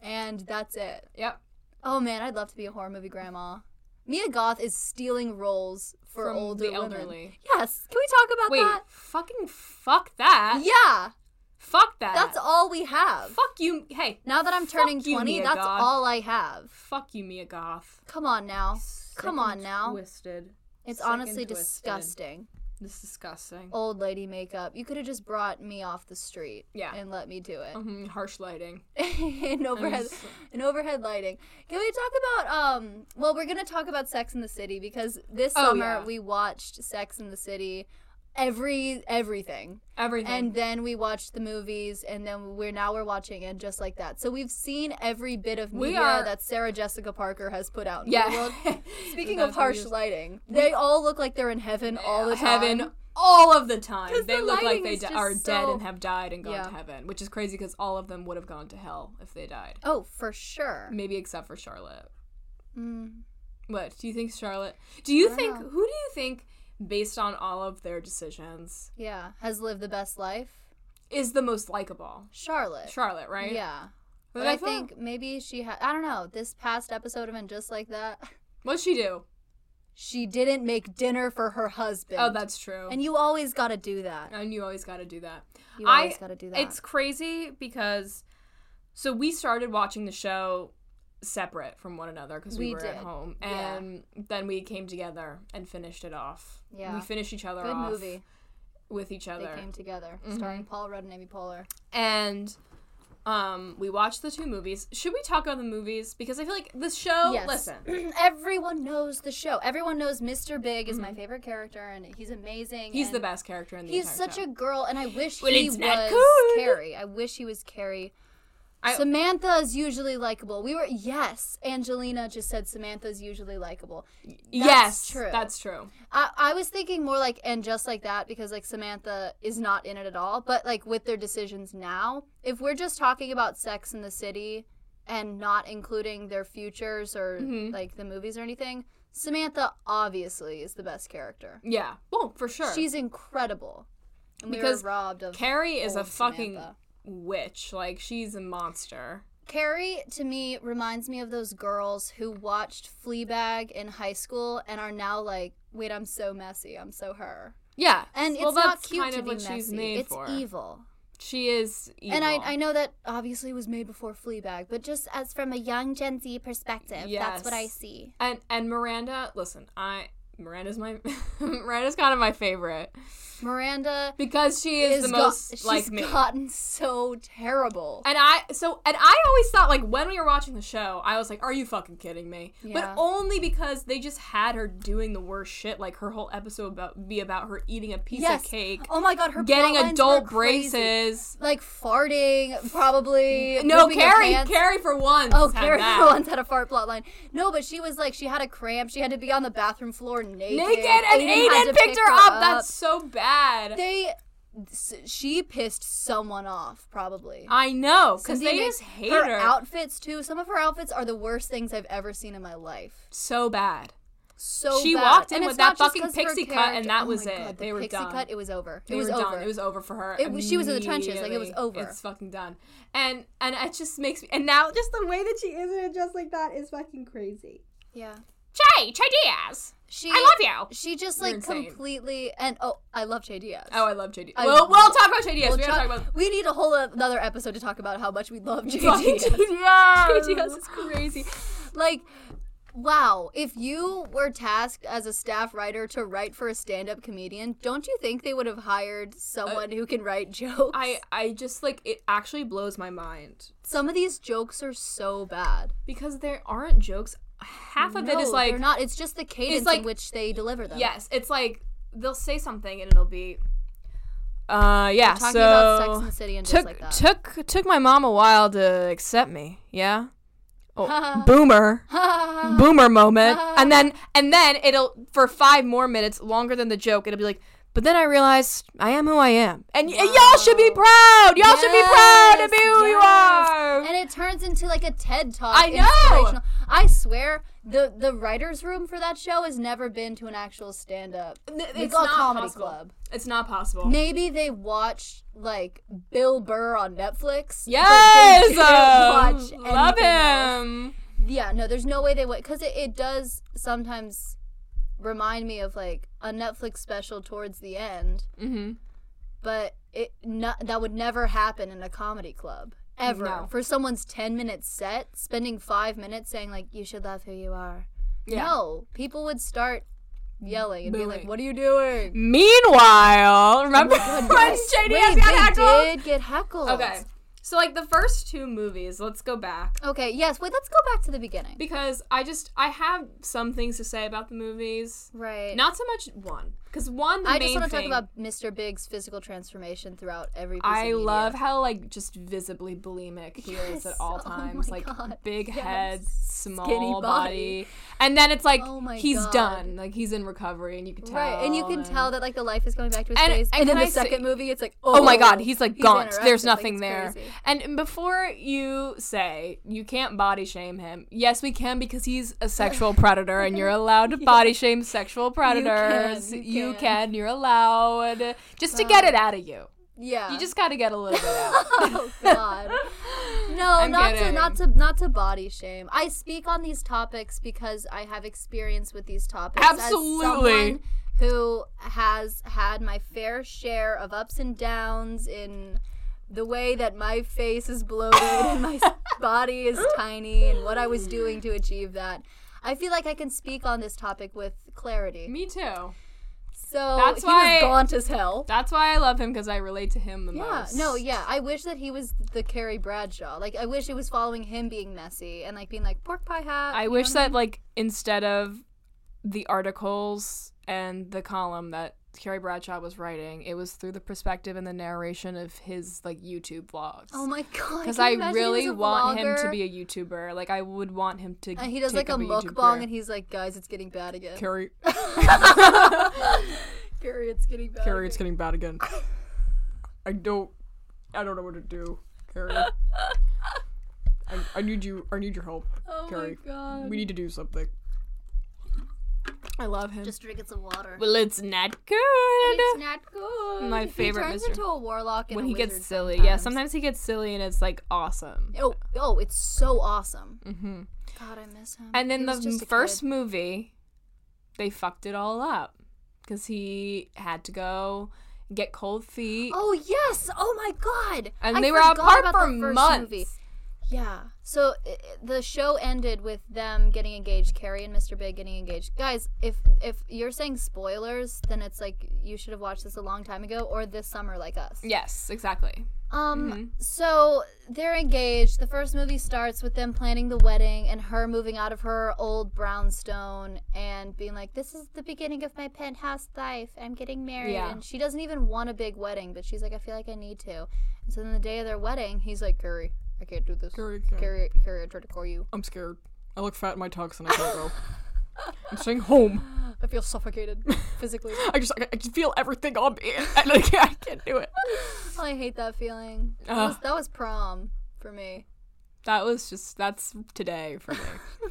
Speaker 1: and that's it.
Speaker 2: Yep.
Speaker 1: Oh man, I'd love to be a horror movie grandma. Mia Goth is stealing roles for
Speaker 2: From
Speaker 1: older
Speaker 2: the
Speaker 1: women.
Speaker 2: elderly.
Speaker 1: Yes. Can we talk about
Speaker 2: Wait,
Speaker 1: that?
Speaker 2: fucking fuck that.
Speaker 1: Yeah.
Speaker 2: Fuck that.
Speaker 1: That's all we have.
Speaker 2: uh, Fuck you. Hey,
Speaker 1: Now that I'm turning
Speaker 2: you,
Speaker 1: 20,
Speaker 2: Mia
Speaker 1: that's
Speaker 2: Goth.
Speaker 1: all I have.
Speaker 2: fuck you, Mia Goth.
Speaker 1: Come on now. Come
Speaker 2: Sick
Speaker 1: on
Speaker 2: and
Speaker 1: now.
Speaker 2: Twisted.
Speaker 1: It's
Speaker 2: Sick and
Speaker 1: honestly
Speaker 2: twisted.
Speaker 1: disgusting.
Speaker 2: This is disgusting.
Speaker 1: Old lady makeup. You could have just brought me off the street
Speaker 2: Yeah.
Speaker 1: and let me do it.
Speaker 2: Mhm, harsh lighting.
Speaker 1: (laughs) and overhead
Speaker 2: just-
Speaker 1: and overhead lighting. Can we talk about um well we're gonna talk about Sex in the City because this
Speaker 2: Oh,
Speaker 1: summer
Speaker 2: yeah.
Speaker 1: we watched Sex in the City every everything.
Speaker 2: Everything.
Speaker 1: And then we watched the movies and then we're now we're watching and just like that. So we've seen every bit of
Speaker 2: We
Speaker 1: media
Speaker 2: are-
Speaker 1: that Sarah Jessica Parker has put out. in the
Speaker 2: (laughs)
Speaker 1: world.
Speaker 2: yeah.
Speaker 1: Speaking of
Speaker 2: Those
Speaker 1: harsh
Speaker 2: videos.
Speaker 1: lighting, they all look like they're in heaven all the time.
Speaker 2: heaven all of the time.
Speaker 1: 'Cause
Speaker 2: They
Speaker 1: the
Speaker 2: look like
Speaker 1: lighting
Speaker 2: they
Speaker 1: is
Speaker 2: di-
Speaker 1: just
Speaker 2: are dead
Speaker 1: so-
Speaker 2: and have died and gone
Speaker 1: Yeah.
Speaker 2: to heaven, which is crazy because all of them would have gone to hell if they died.
Speaker 1: Oh, for sure.
Speaker 2: Maybe except for Charlotte.
Speaker 1: Mm.
Speaker 2: What do you think, Charlotte? Do you
Speaker 1: don't
Speaker 2: think
Speaker 1: know.
Speaker 2: who do you think, based on all of their decisions,
Speaker 1: Yeah, has lived the best life.
Speaker 2: is the most likable?
Speaker 1: Charlotte.
Speaker 2: Charlotte, right?
Speaker 1: Yeah.
Speaker 2: But,
Speaker 1: But I
Speaker 2: feel-
Speaker 1: think maybe she had. I don't know. This past episode of And Just Like That, (laughs)
Speaker 2: what'd she do?
Speaker 1: she didn't make dinner for her husband.
Speaker 2: Oh, that's true. And
Speaker 1: And you always gotta do that.
Speaker 2: you, always got to do that.
Speaker 1: You
Speaker 2: I-
Speaker 1: always gotta do that.
Speaker 2: It's crazy because So we started watching the show separate from one another because we,
Speaker 1: We
Speaker 2: were
Speaker 1: did.
Speaker 2: at home,
Speaker 1: Yeah.
Speaker 2: and then we came together and finished it off.
Speaker 1: Yeah.
Speaker 2: we finished each other
Speaker 1: Good
Speaker 2: off
Speaker 1: movie.
Speaker 2: with each
Speaker 1: They
Speaker 2: other,
Speaker 1: came together,
Speaker 2: Mm-hmm.
Speaker 1: starring Paul Rudd and Amy Poehler. (clears throat)
Speaker 2: and um, we watched the two movies. Should we talk about the movies because I feel like the show?
Speaker 1: Yes.
Speaker 2: Listen,
Speaker 1: (clears throat) Everyone knows the show. Everyone knows Mr. Big is my favorite character, and he's amazing.
Speaker 2: Mm-hmm. he's
Speaker 1: and
Speaker 2: the best character in the
Speaker 1: He's
Speaker 2: entire
Speaker 1: such
Speaker 2: show.
Speaker 1: a girl, and I wish
Speaker 2: Well,
Speaker 1: he was
Speaker 2: it's not cool.
Speaker 1: Carrie. I wish he was Carrie.
Speaker 2: I-
Speaker 1: Samantha is usually likable. We were yes. Angelina just said Samantha's usually likable.
Speaker 2: yes,
Speaker 1: true.
Speaker 2: That's true.
Speaker 1: I, I was thinking more like and just like that because like Samantha is not in it at all. But like with their decisions now, if we're just talking about Sex in the City and not including their futures or
Speaker 2: Mhm.
Speaker 1: like the movies or anything, Samantha obviously is the best character.
Speaker 2: Yeah. Well, for sure.
Speaker 1: She's incredible. And
Speaker 2: Because
Speaker 1: we were robbed of
Speaker 2: Carrie is a
Speaker 1: old
Speaker 2: fucking
Speaker 1: Samantha.
Speaker 2: witch. Like she's a monster.
Speaker 1: Carrie to me reminds me of those girls who watched Fleabag in high school and are now like, wait, I'm so messy. I'm so her.
Speaker 2: Yeah.
Speaker 1: And
Speaker 2: well,
Speaker 1: it's not
Speaker 2: that's
Speaker 1: cute
Speaker 2: kind
Speaker 1: to
Speaker 2: of
Speaker 1: be
Speaker 2: what
Speaker 1: messy.
Speaker 2: she's made
Speaker 1: it's
Speaker 2: for.
Speaker 1: evil.
Speaker 2: She is evil.
Speaker 1: And I, I know that obviously was made before Fleabag, but just as from a young Gen Z perspective, that's what I
Speaker 2: Yes.
Speaker 1: see.
Speaker 2: and and Miranda, listen, I Miranda's my (laughs) Miranda's kind of my favorite
Speaker 1: Miranda
Speaker 2: because she is,
Speaker 1: is
Speaker 2: the
Speaker 1: go-
Speaker 2: most
Speaker 1: she's
Speaker 2: like me.
Speaker 1: gotten so terrible.
Speaker 2: And I so and I always thought like when we were watching the show, I was like, "Are you fucking kidding me?"
Speaker 1: Yeah.
Speaker 2: But only because they just had her doing the worst shit. Like her whole episode about be about her eating a piece
Speaker 1: Yes.
Speaker 2: of cake,
Speaker 1: Oh my god, her
Speaker 2: getting
Speaker 1: plotlines were
Speaker 2: adult
Speaker 1: crazy.
Speaker 2: braces.
Speaker 1: like farting, probably.
Speaker 2: No,
Speaker 1: ripping her
Speaker 2: Carrie,
Speaker 1: pants.
Speaker 2: Carrie for once.
Speaker 1: Oh,
Speaker 2: had
Speaker 1: Carrie
Speaker 2: that.
Speaker 1: for once had a fart plot line. No, but she was like, she had a cramp. She had to be on the bathroom floor naked.
Speaker 2: naked, and
Speaker 1: Aiden had
Speaker 2: Aiden,
Speaker 1: to
Speaker 2: picked
Speaker 1: pick
Speaker 2: her up. That's so bad.
Speaker 1: they. s- She pissed someone off, probably.
Speaker 2: I know, because
Speaker 1: Cynthia
Speaker 2: Uh, they
Speaker 1: Nix-
Speaker 2: just hate
Speaker 1: her,
Speaker 2: her,
Speaker 1: outfits too. Some of her outfits are the worst things I've ever seen in my life.
Speaker 2: so bad.
Speaker 1: So
Speaker 2: She
Speaker 1: bad.
Speaker 2: walked in
Speaker 1: And
Speaker 2: with
Speaker 1: it's
Speaker 2: that
Speaker 1: not just
Speaker 2: fucking
Speaker 1: 'cause of her
Speaker 2: pixie cut, and
Speaker 1: character.
Speaker 2: that
Speaker 1: Oh
Speaker 2: was
Speaker 1: my
Speaker 2: it.
Speaker 1: God, the
Speaker 2: They were
Speaker 1: pixie
Speaker 2: done.
Speaker 1: cut. It was over. It
Speaker 2: They
Speaker 1: was
Speaker 2: were
Speaker 1: over.
Speaker 2: Done. It was over for her.
Speaker 1: It was- she was in the trenches, like, it was
Speaker 2: immediately.
Speaker 1: over.
Speaker 2: It's fucking done. And and it just makes me. And now just the way that she is in it, just like that, is fucking crazy.
Speaker 1: Yeah.
Speaker 2: Che, Che Diaz,
Speaker 1: She.
Speaker 2: I love you.
Speaker 1: She just
Speaker 2: You're
Speaker 1: like
Speaker 2: insane.
Speaker 1: completely and oh, I love Che Diaz.
Speaker 2: Oh, I love Che Diaz.
Speaker 1: I-
Speaker 2: Well, we'll talk about Che Diaz.
Speaker 1: We'll
Speaker 2: We're
Speaker 1: talk- (laughs)
Speaker 2: gonna talk about
Speaker 1: we need a whole another episode to talk about how much we love Che
Speaker 2: (laughs) fucking
Speaker 1: Diaz.
Speaker 2: Che Diaz. Che Diaz is crazy.
Speaker 1: Like, wow, if you were tasked as a staff writer to write for a stand up comedian, don't you think they would have hired someone who can write (laughs) jokes?
Speaker 2: I I just like it actually blows my mind
Speaker 1: Some of these jokes are so bad.
Speaker 2: because there aren't jokes. Half of it is
Speaker 1: No,
Speaker 2: like
Speaker 1: they're not. It's just the cadence
Speaker 2: like-
Speaker 1: in which they deliver them.
Speaker 2: Yes, it's like they'll say something and it'll be, uh, yeah.
Speaker 1: Talking
Speaker 2: so
Speaker 1: about Sex and the City and
Speaker 2: took
Speaker 1: just like that.
Speaker 2: took took my mom a while to accept me. Yeah,
Speaker 1: (laughs)
Speaker 2: oh, boomer, boomer moment. and then and then it'll for five more minutes longer than the joke. It'll be like. But then I realized I am who I am, and y- y'all should be proud. Y'all should be proud to be who you
Speaker 1: yes.
Speaker 2: are.
Speaker 1: And it turns into like a TED talk.
Speaker 2: I know!
Speaker 1: inspirational- I swear, the the writers' room for that show has never been to an actual stand up.
Speaker 2: N-
Speaker 1: They got comedy
Speaker 2: possible.
Speaker 1: club.
Speaker 2: It's not possible.
Speaker 1: Maybe they watched like Bill Burr on Netflix. but they
Speaker 2: yes,
Speaker 1: didn't
Speaker 2: um,
Speaker 1: watch
Speaker 2: (laughs) love
Speaker 1: anything else.
Speaker 2: him.
Speaker 1: Yeah, no, there's no way they would because it, it does sometimes remind me of like a Netflix special towards the end,
Speaker 2: Mm-hmm.
Speaker 1: but it no, that would never happen in a comedy club ever.
Speaker 2: No.
Speaker 1: For someone's 10 minute set, spending 5 minutes saying like you should love who you are. No, people would start yelling and be like,
Speaker 2: Booing.
Speaker 1: "What are you doing?"
Speaker 2: Meanwhile, remember
Speaker 1: God,
Speaker 2: when
Speaker 1: yes.
Speaker 2: JD
Speaker 1: Oh Wait,
Speaker 2: has got
Speaker 1: they
Speaker 2: heckled?
Speaker 1: did get heckled.
Speaker 2: Okay. So like the first two movies, let's go back
Speaker 1: Okay, yes. Wait, let's go back to the beginning.
Speaker 2: because I just I have some things to say about the movies.
Speaker 1: right.
Speaker 2: Not so much one, because one the
Speaker 1: I
Speaker 2: main
Speaker 1: just want to talk
Speaker 2: thing-
Speaker 1: about Mr. Big's physical transformation throughout every piece of
Speaker 2: I
Speaker 1: media.
Speaker 2: love how like just visibly bulimic he is at
Speaker 1: Yes.
Speaker 2: all
Speaker 1: Oh my
Speaker 2: times. like
Speaker 1: God.
Speaker 2: big
Speaker 1: Yes.
Speaker 2: head, small
Speaker 1: Skinny body.
Speaker 2: body. and then it's like
Speaker 1: Oh my
Speaker 2: he's
Speaker 1: God.
Speaker 2: done. Like he's in recovery, and you can tell.
Speaker 1: Right, and you can tell that like the life is going back to his
Speaker 2: And-
Speaker 1: face.
Speaker 2: and
Speaker 1: And, in
Speaker 2: can
Speaker 1: the
Speaker 2: I say-
Speaker 1: second movie, it's like, oh,
Speaker 2: Oh, my god, he's like gaunt.
Speaker 1: anorexic, like,
Speaker 2: There's nothing
Speaker 1: it's
Speaker 2: there.
Speaker 1: crazy.
Speaker 2: And before you say you can't body shame him, yes, we can because he's a
Speaker 1: (laughs)
Speaker 2: sexual predator and you're allowed to body shame sexual predators.
Speaker 1: you can.
Speaker 2: You
Speaker 1: Uh,
Speaker 2: can, you're allowed. Just to get it out of you.
Speaker 1: Yeah.
Speaker 2: You just gotta get a little bit out.
Speaker 1: (laughs) oh god. No,
Speaker 2: I'm
Speaker 1: not to
Speaker 2: kidding.
Speaker 1: not to not to body shame. I speak on these topics because I have experience with these topics. as
Speaker 2: Absolutely.
Speaker 1: someone who has had my fair share of ups and downs in the way that my face is bloated and my
Speaker 2: (laughs)
Speaker 1: s- body is tiny and what I was doing to achieve that. I feel like I can speak on this topic with clarity.
Speaker 2: Me too.
Speaker 1: So
Speaker 2: That's
Speaker 1: he
Speaker 2: why-
Speaker 1: was gaunt as hell.
Speaker 2: That's why I love him because I relate to him the
Speaker 1: Yeah,
Speaker 2: most.
Speaker 1: no, yeah. I wish that he was the Carrie Bradshaw. Like, I wish it was following him being messy and like being like pork pie hat.
Speaker 2: I
Speaker 1: you
Speaker 2: wish
Speaker 1: know what
Speaker 2: that like instead of the articles and the column that Carrie Bradshaw was writing, it was through the perspective and the narration of his like YouTube vlogs.
Speaker 1: I mean? Oh my god!
Speaker 2: because
Speaker 1: can you
Speaker 2: I
Speaker 1: imagine
Speaker 2: really
Speaker 1: he's a
Speaker 2: want him to
Speaker 1: vlogger?
Speaker 2: be a YouTuber. Like I would want him to.
Speaker 1: And he does
Speaker 2: take
Speaker 1: like a
Speaker 2: up YouTube
Speaker 1: mukbang,
Speaker 2: career.
Speaker 1: and he's like, "Guys, it's getting bad again."
Speaker 2: Carrie,
Speaker 1: Carrie, it's getting bad.
Speaker 2: Carrie, it's
Speaker 1: again.
Speaker 2: getting bad again. I don't, I don't know what to do, Carrie. I, I need you. I need your help.
Speaker 1: Oh
Speaker 2: Carrie,
Speaker 1: my god!
Speaker 2: need to do something. I love him.
Speaker 1: Just drinking some water.
Speaker 2: well, it's not good.
Speaker 1: It's not good.
Speaker 2: My favorite
Speaker 1: He turns
Speaker 2: Mr.
Speaker 1: into a warlock and
Speaker 2: when
Speaker 1: a
Speaker 2: he gets
Speaker 1: wizard
Speaker 2: silly.
Speaker 1: Sometimes.
Speaker 2: Yeah, sometimes he gets silly and it's like awesome.
Speaker 1: Oh, oh, it's so awesome.
Speaker 2: hmm
Speaker 1: God, I miss him.
Speaker 2: And
Speaker 1: He
Speaker 2: then
Speaker 1: was just
Speaker 2: the
Speaker 1: a
Speaker 2: first
Speaker 1: kid.
Speaker 2: movie, they fucked it all up because he had to go get cold feet.
Speaker 1: Oh yes! Oh my god!
Speaker 2: and
Speaker 1: I
Speaker 2: they were out
Speaker 1: forgot
Speaker 2: apart
Speaker 1: about
Speaker 2: for
Speaker 1: the first
Speaker 2: months.
Speaker 1: movie. Yeah. So i i- the show ended with them getting engaged, Carrie and Mr. Big getting engaged. Guys, if if you're saying spoilers, then it's like you should have watched this a long time ago or this summer like us.
Speaker 2: Yes, exactly.
Speaker 1: Um
Speaker 2: Mhm.
Speaker 1: so they're engaged. The first movie starts with them planning the wedding and her moving out of her old brownstone and being like, "This is the beginning of my penthouse life. I'm getting married."
Speaker 2: Yeah.
Speaker 1: And she doesn't even want a big wedding, but she's like, "I feel like I need to." And so then the day of their wedding, he's like, "Carrie, I can't do this." Carrie, Carrie, I tried to call you.
Speaker 2: I'm scared. I look fat in my tux and I can't go. I'm staying home.
Speaker 1: I feel (laughs) suffocated physically.
Speaker 2: I just I, just feel everything on me and I can't, I can't do it.
Speaker 1: Oh, I hate that feeling. That was, that was prom for me.
Speaker 2: That was just that's today for me.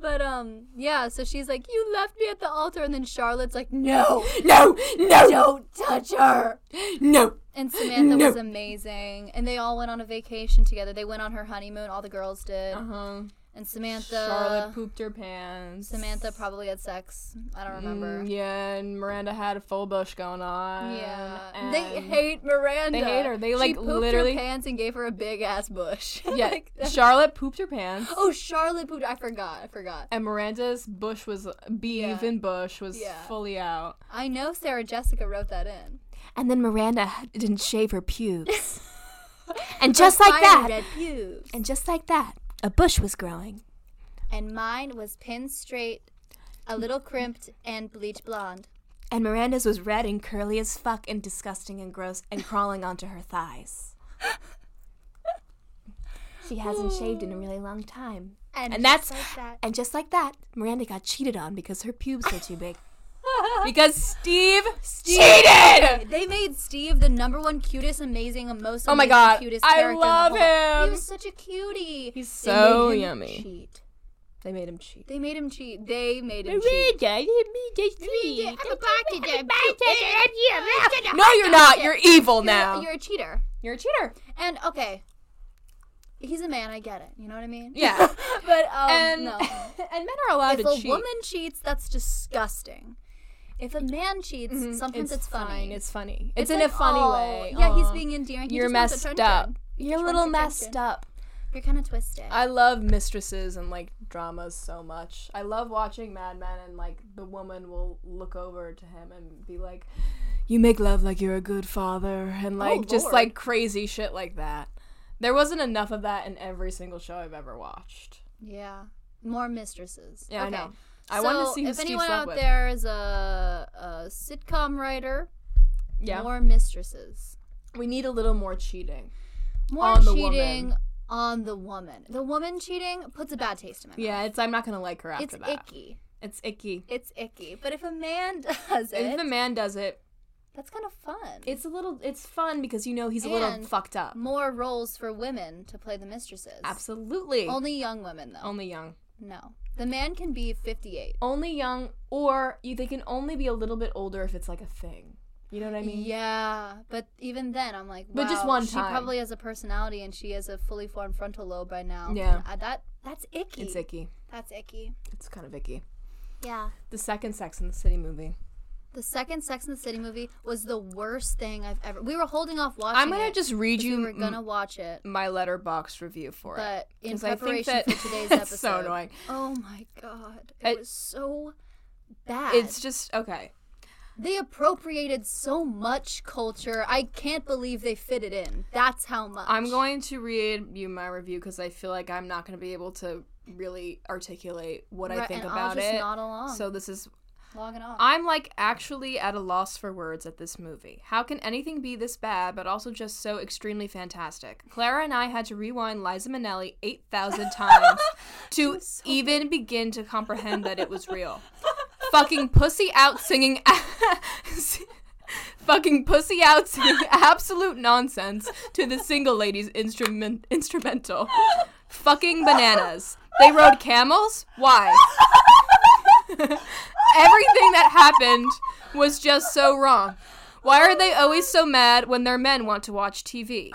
Speaker 1: But um, yeah. So she's like, "You left me at the altar," and then Charlotte's like, (laughs) "No,
Speaker 2: no, no,
Speaker 1: don't touch her."
Speaker 2: no.
Speaker 1: And Samantha
Speaker 2: No.
Speaker 1: was amazing, and they all went on a vacation together. They went on her honeymoon. All the girls did.
Speaker 2: Uh-huh.
Speaker 1: And Samantha,
Speaker 2: Charlotte pooped her pants.
Speaker 1: Samantha probably had sex. I don't remember.
Speaker 2: Mm, yeah, and Miranda had a full bush going on.
Speaker 1: Yeah,
Speaker 2: and-
Speaker 1: they hate Miranda.
Speaker 2: They hate her. They,
Speaker 1: She
Speaker 2: like,
Speaker 1: pooped
Speaker 2: literally-
Speaker 1: her pants and gave her a big ass bush. (laughs)
Speaker 2: Yeah,
Speaker 1: Like,
Speaker 2: Charlotte pooped her pants.
Speaker 1: oh, Charlotte pooped. I forgot. I forgot.
Speaker 2: And Miranda's bush was beeve
Speaker 1: Yeah.
Speaker 2: and bush was
Speaker 1: Yeah.
Speaker 2: fully out.
Speaker 1: I know Sarah Jessica wrote that in.
Speaker 2: And then Miranda didn't shave her (laughs) pubes. and
Speaker 1: Mine Red pubes.
Speaker 2: and just like that, a bush was growing.
Speaker 1: And mine was pin straight, a little crimped, and bleach blonde.
Speaker 2: And Miranda's was red and curly as fuck and disgusting and gross and crawling onto her thighs. She hasn't shaved in a really long time. And
Speaker 1: just
Speaker 2: that's
Speaker 1: like that.
Speaker 2: and just like that, Miranda got cheated on because her pubes were too big. because Steve,
Speaker 1: (laughs)
Speaker 2: cheated.
Speaker 1: They made Steve the number one cutest, amazing, and most
Speaker 2: Oh my
Speaker 1: amazing,
Speaker 2: god,
Speaker 1: cutest
Speaker 2: I
Speaker 1: character. in the
Speaker 2: love
Speaker 1: whole- He
Speaker 2: him.
Speaker 1: was such a cutie.
Speaker 2: He's
Speaker 1: They
Speaker 2: so
Speaker 1: made him
Speaker 2: yummy.
Speaker 1: Cheat.
Speaker 2: They made him cheat.
Speaker 1: They made him cheat. They made him cheat.
Speaker 2: Miranda,
Speaker 1: I'm a bartender. I'm a bartender.
Speaker 2: (laughs) No, you're not. You're evil
Speaker 1: You're-
Speaker 2: now.
Speaker 1: You're a cheater.
Speaker 2: You're a cheater.
Speaker 1: And okay, he's a man. I get it. You know what I mean?
Speaker 2: Yeah.
Speaker 1: (laughs) but um,
Speaker 2: (laughs) and
Speaker 1: no.
Speaker 2: (laughs) and men are allowed
Speaker 1: if
Speaker 2: to
Speaker 1: a
Speaker 2: cheat.
Speaker 1: woman cheats, that's disgusting. If a man cheats,
Speaker 2: Mhm.
Speaker 1: sometimes it's, funny.
Speaker 2: fine. It's funny. It's,
Speaker 1: It's
Speaker 2: in
Speaker 1: like,
Speaker 2: a funny
Speaker 1: "Oh,
Speaker 2: way.
Speaker 1: Yeah, he's
Speaker 2: Aw.
Speaker 1: being endearing. He
Speaker 2: You're
Speaker 1: just wants
Speaker 2: messed up.
Speaker 1: attention. He
Speaker 2: You're a
Speaker 1: just
Speaker 2: little
Speaker 1: wants
Speaker 2: messed
Speaker 1: attention.
Speaker 2: up.
Speaker 1: You're kind of twisted.
Speaker 2: I love mistresses and like dramas so much. I love watching Mad Men and like the woman will look over to him and be like, "You make love like you're a good father," and like just
Speaker 1: Oh, Lord.
Speaker 2: like crazy shit like that. There wasn't enough of that in every single show I've ever watched.
Speaker 1: yeah, more mistresses.
Speaker 2: Yeah,
Speaker 1: okay.
Speaker 2: I know. I want to
Speaker 1: So
Speaker 2: see who
Speaker 1: if
Speaker 2: Steve
Speaker 1: anyone
Speaker 2: slept
Speaker 1: out
Speaker 2: with.
Speaker 1: there is a, a sitcom writer,
Speaker 2: yeah,
Speaker 1: more mistresses,
Speaker 2: we need a little more cheating.
Speaker 1: more
Speaker 2: On the
Speaker 1: cheating
Speaker 2: woman.
Speaker 1: on the woman. The woman cheating puts a bad taste in my mouth.
Speaker 2: Yeah, it's I'm not gonna like her after
Speaker 1: it's
Speaker 2: that.
Speaker 1: icky.
Speaker 2: It's icky.
Speaker 1: It's icky. But if a man (laughs) does
Speaker 2: If
Speaker 1: it,
Speaker 2: the man does it,
Speaker 1: that's kind of fun.
Speaker 2: it's a little. It's fun because you know he's a little
Speaker 1: And-
Speaker 2: fucked up.
Speaker 1: more roles for women to play the mistresses.
Speaker 2: Absolutely.
Speaker 1: Only young women though.
Speaker 2: Only young.
Speaker 1: no. The man can be 58.
Speaker 2: only young or you, they can only be a little bit older if it's like a thing. You know what I mean?
Speaker 1: yeah, but even then, I'm like, wow,
Speaker 2: But just one
Speaker 1: She
Speaker 2: time.
Speaker 1: probably has a personality, and she has a fully formed frontal lobe by now.
Speaker 2: Yeah.
Speaker 1: And I- that that's icky.
Speaker 2: It's icky.
Speaker 1: That's icky.
Speaker 2: It's kind of icky.
Speaker 1: Yeah.
Speaker 2: The second Sex in the City movie.
Speaker 1: The second Sex and the City movie was the worst thing I've ever. We were holding off watching.
Speaker 2: I'm gonna
Speaker 1: it
Speaker 2: just read
Speaker 1: 'cause
Speaker 2: you
Speaker 1: we were
Speaker 2: m-
Speaker 1: gonna watch it,
Speaker 2: my letterbox review for it.
Speaker 1: but in
Speaker 2: 'Cause I think
Speaker 1: preparation
Speaker 2: that
Speaker 1: for today's
Speaker 2: (laughs) it's so
Speaker 1: episode,
Speaker 2: annoying.
Speaker 1: oh my god, it,
Speaker 2: It-
Speaker 1: was so bad.
Speaker 2: It's just okay.
Speaker 1: They appropriated so much culture. I can't believe they fit it in. That's how much.
Speaker 2: I'm going to read you my review because I feel like I'm not going to be able to really articulate what I
Speaker 1: Right,
Speaker 2: think
Speaker 1: and
Speaker 2: about
Speaker 1: I'll just
Speaker 2: it.
Speaker 1: Nod along.
Speaker 2: So this is
Speaker 1: logging off.
Speaker 2: I'm like actually at a loss for words at this movie. How can anything be this bad but also just so extremely fantastic? Clara and I had to rewind Liza Minnelli 8,000 times to even begin to comprehend that it was real. Fucking pussy out singing (laughs) Fucking pussy out singing absolute nonsense to the single ladies instrument instrumental. Fucking bananas. They rode camels? Why? (laughs) Everything that happened was just so wrong. Why are they always so mad when their men want to watch TV?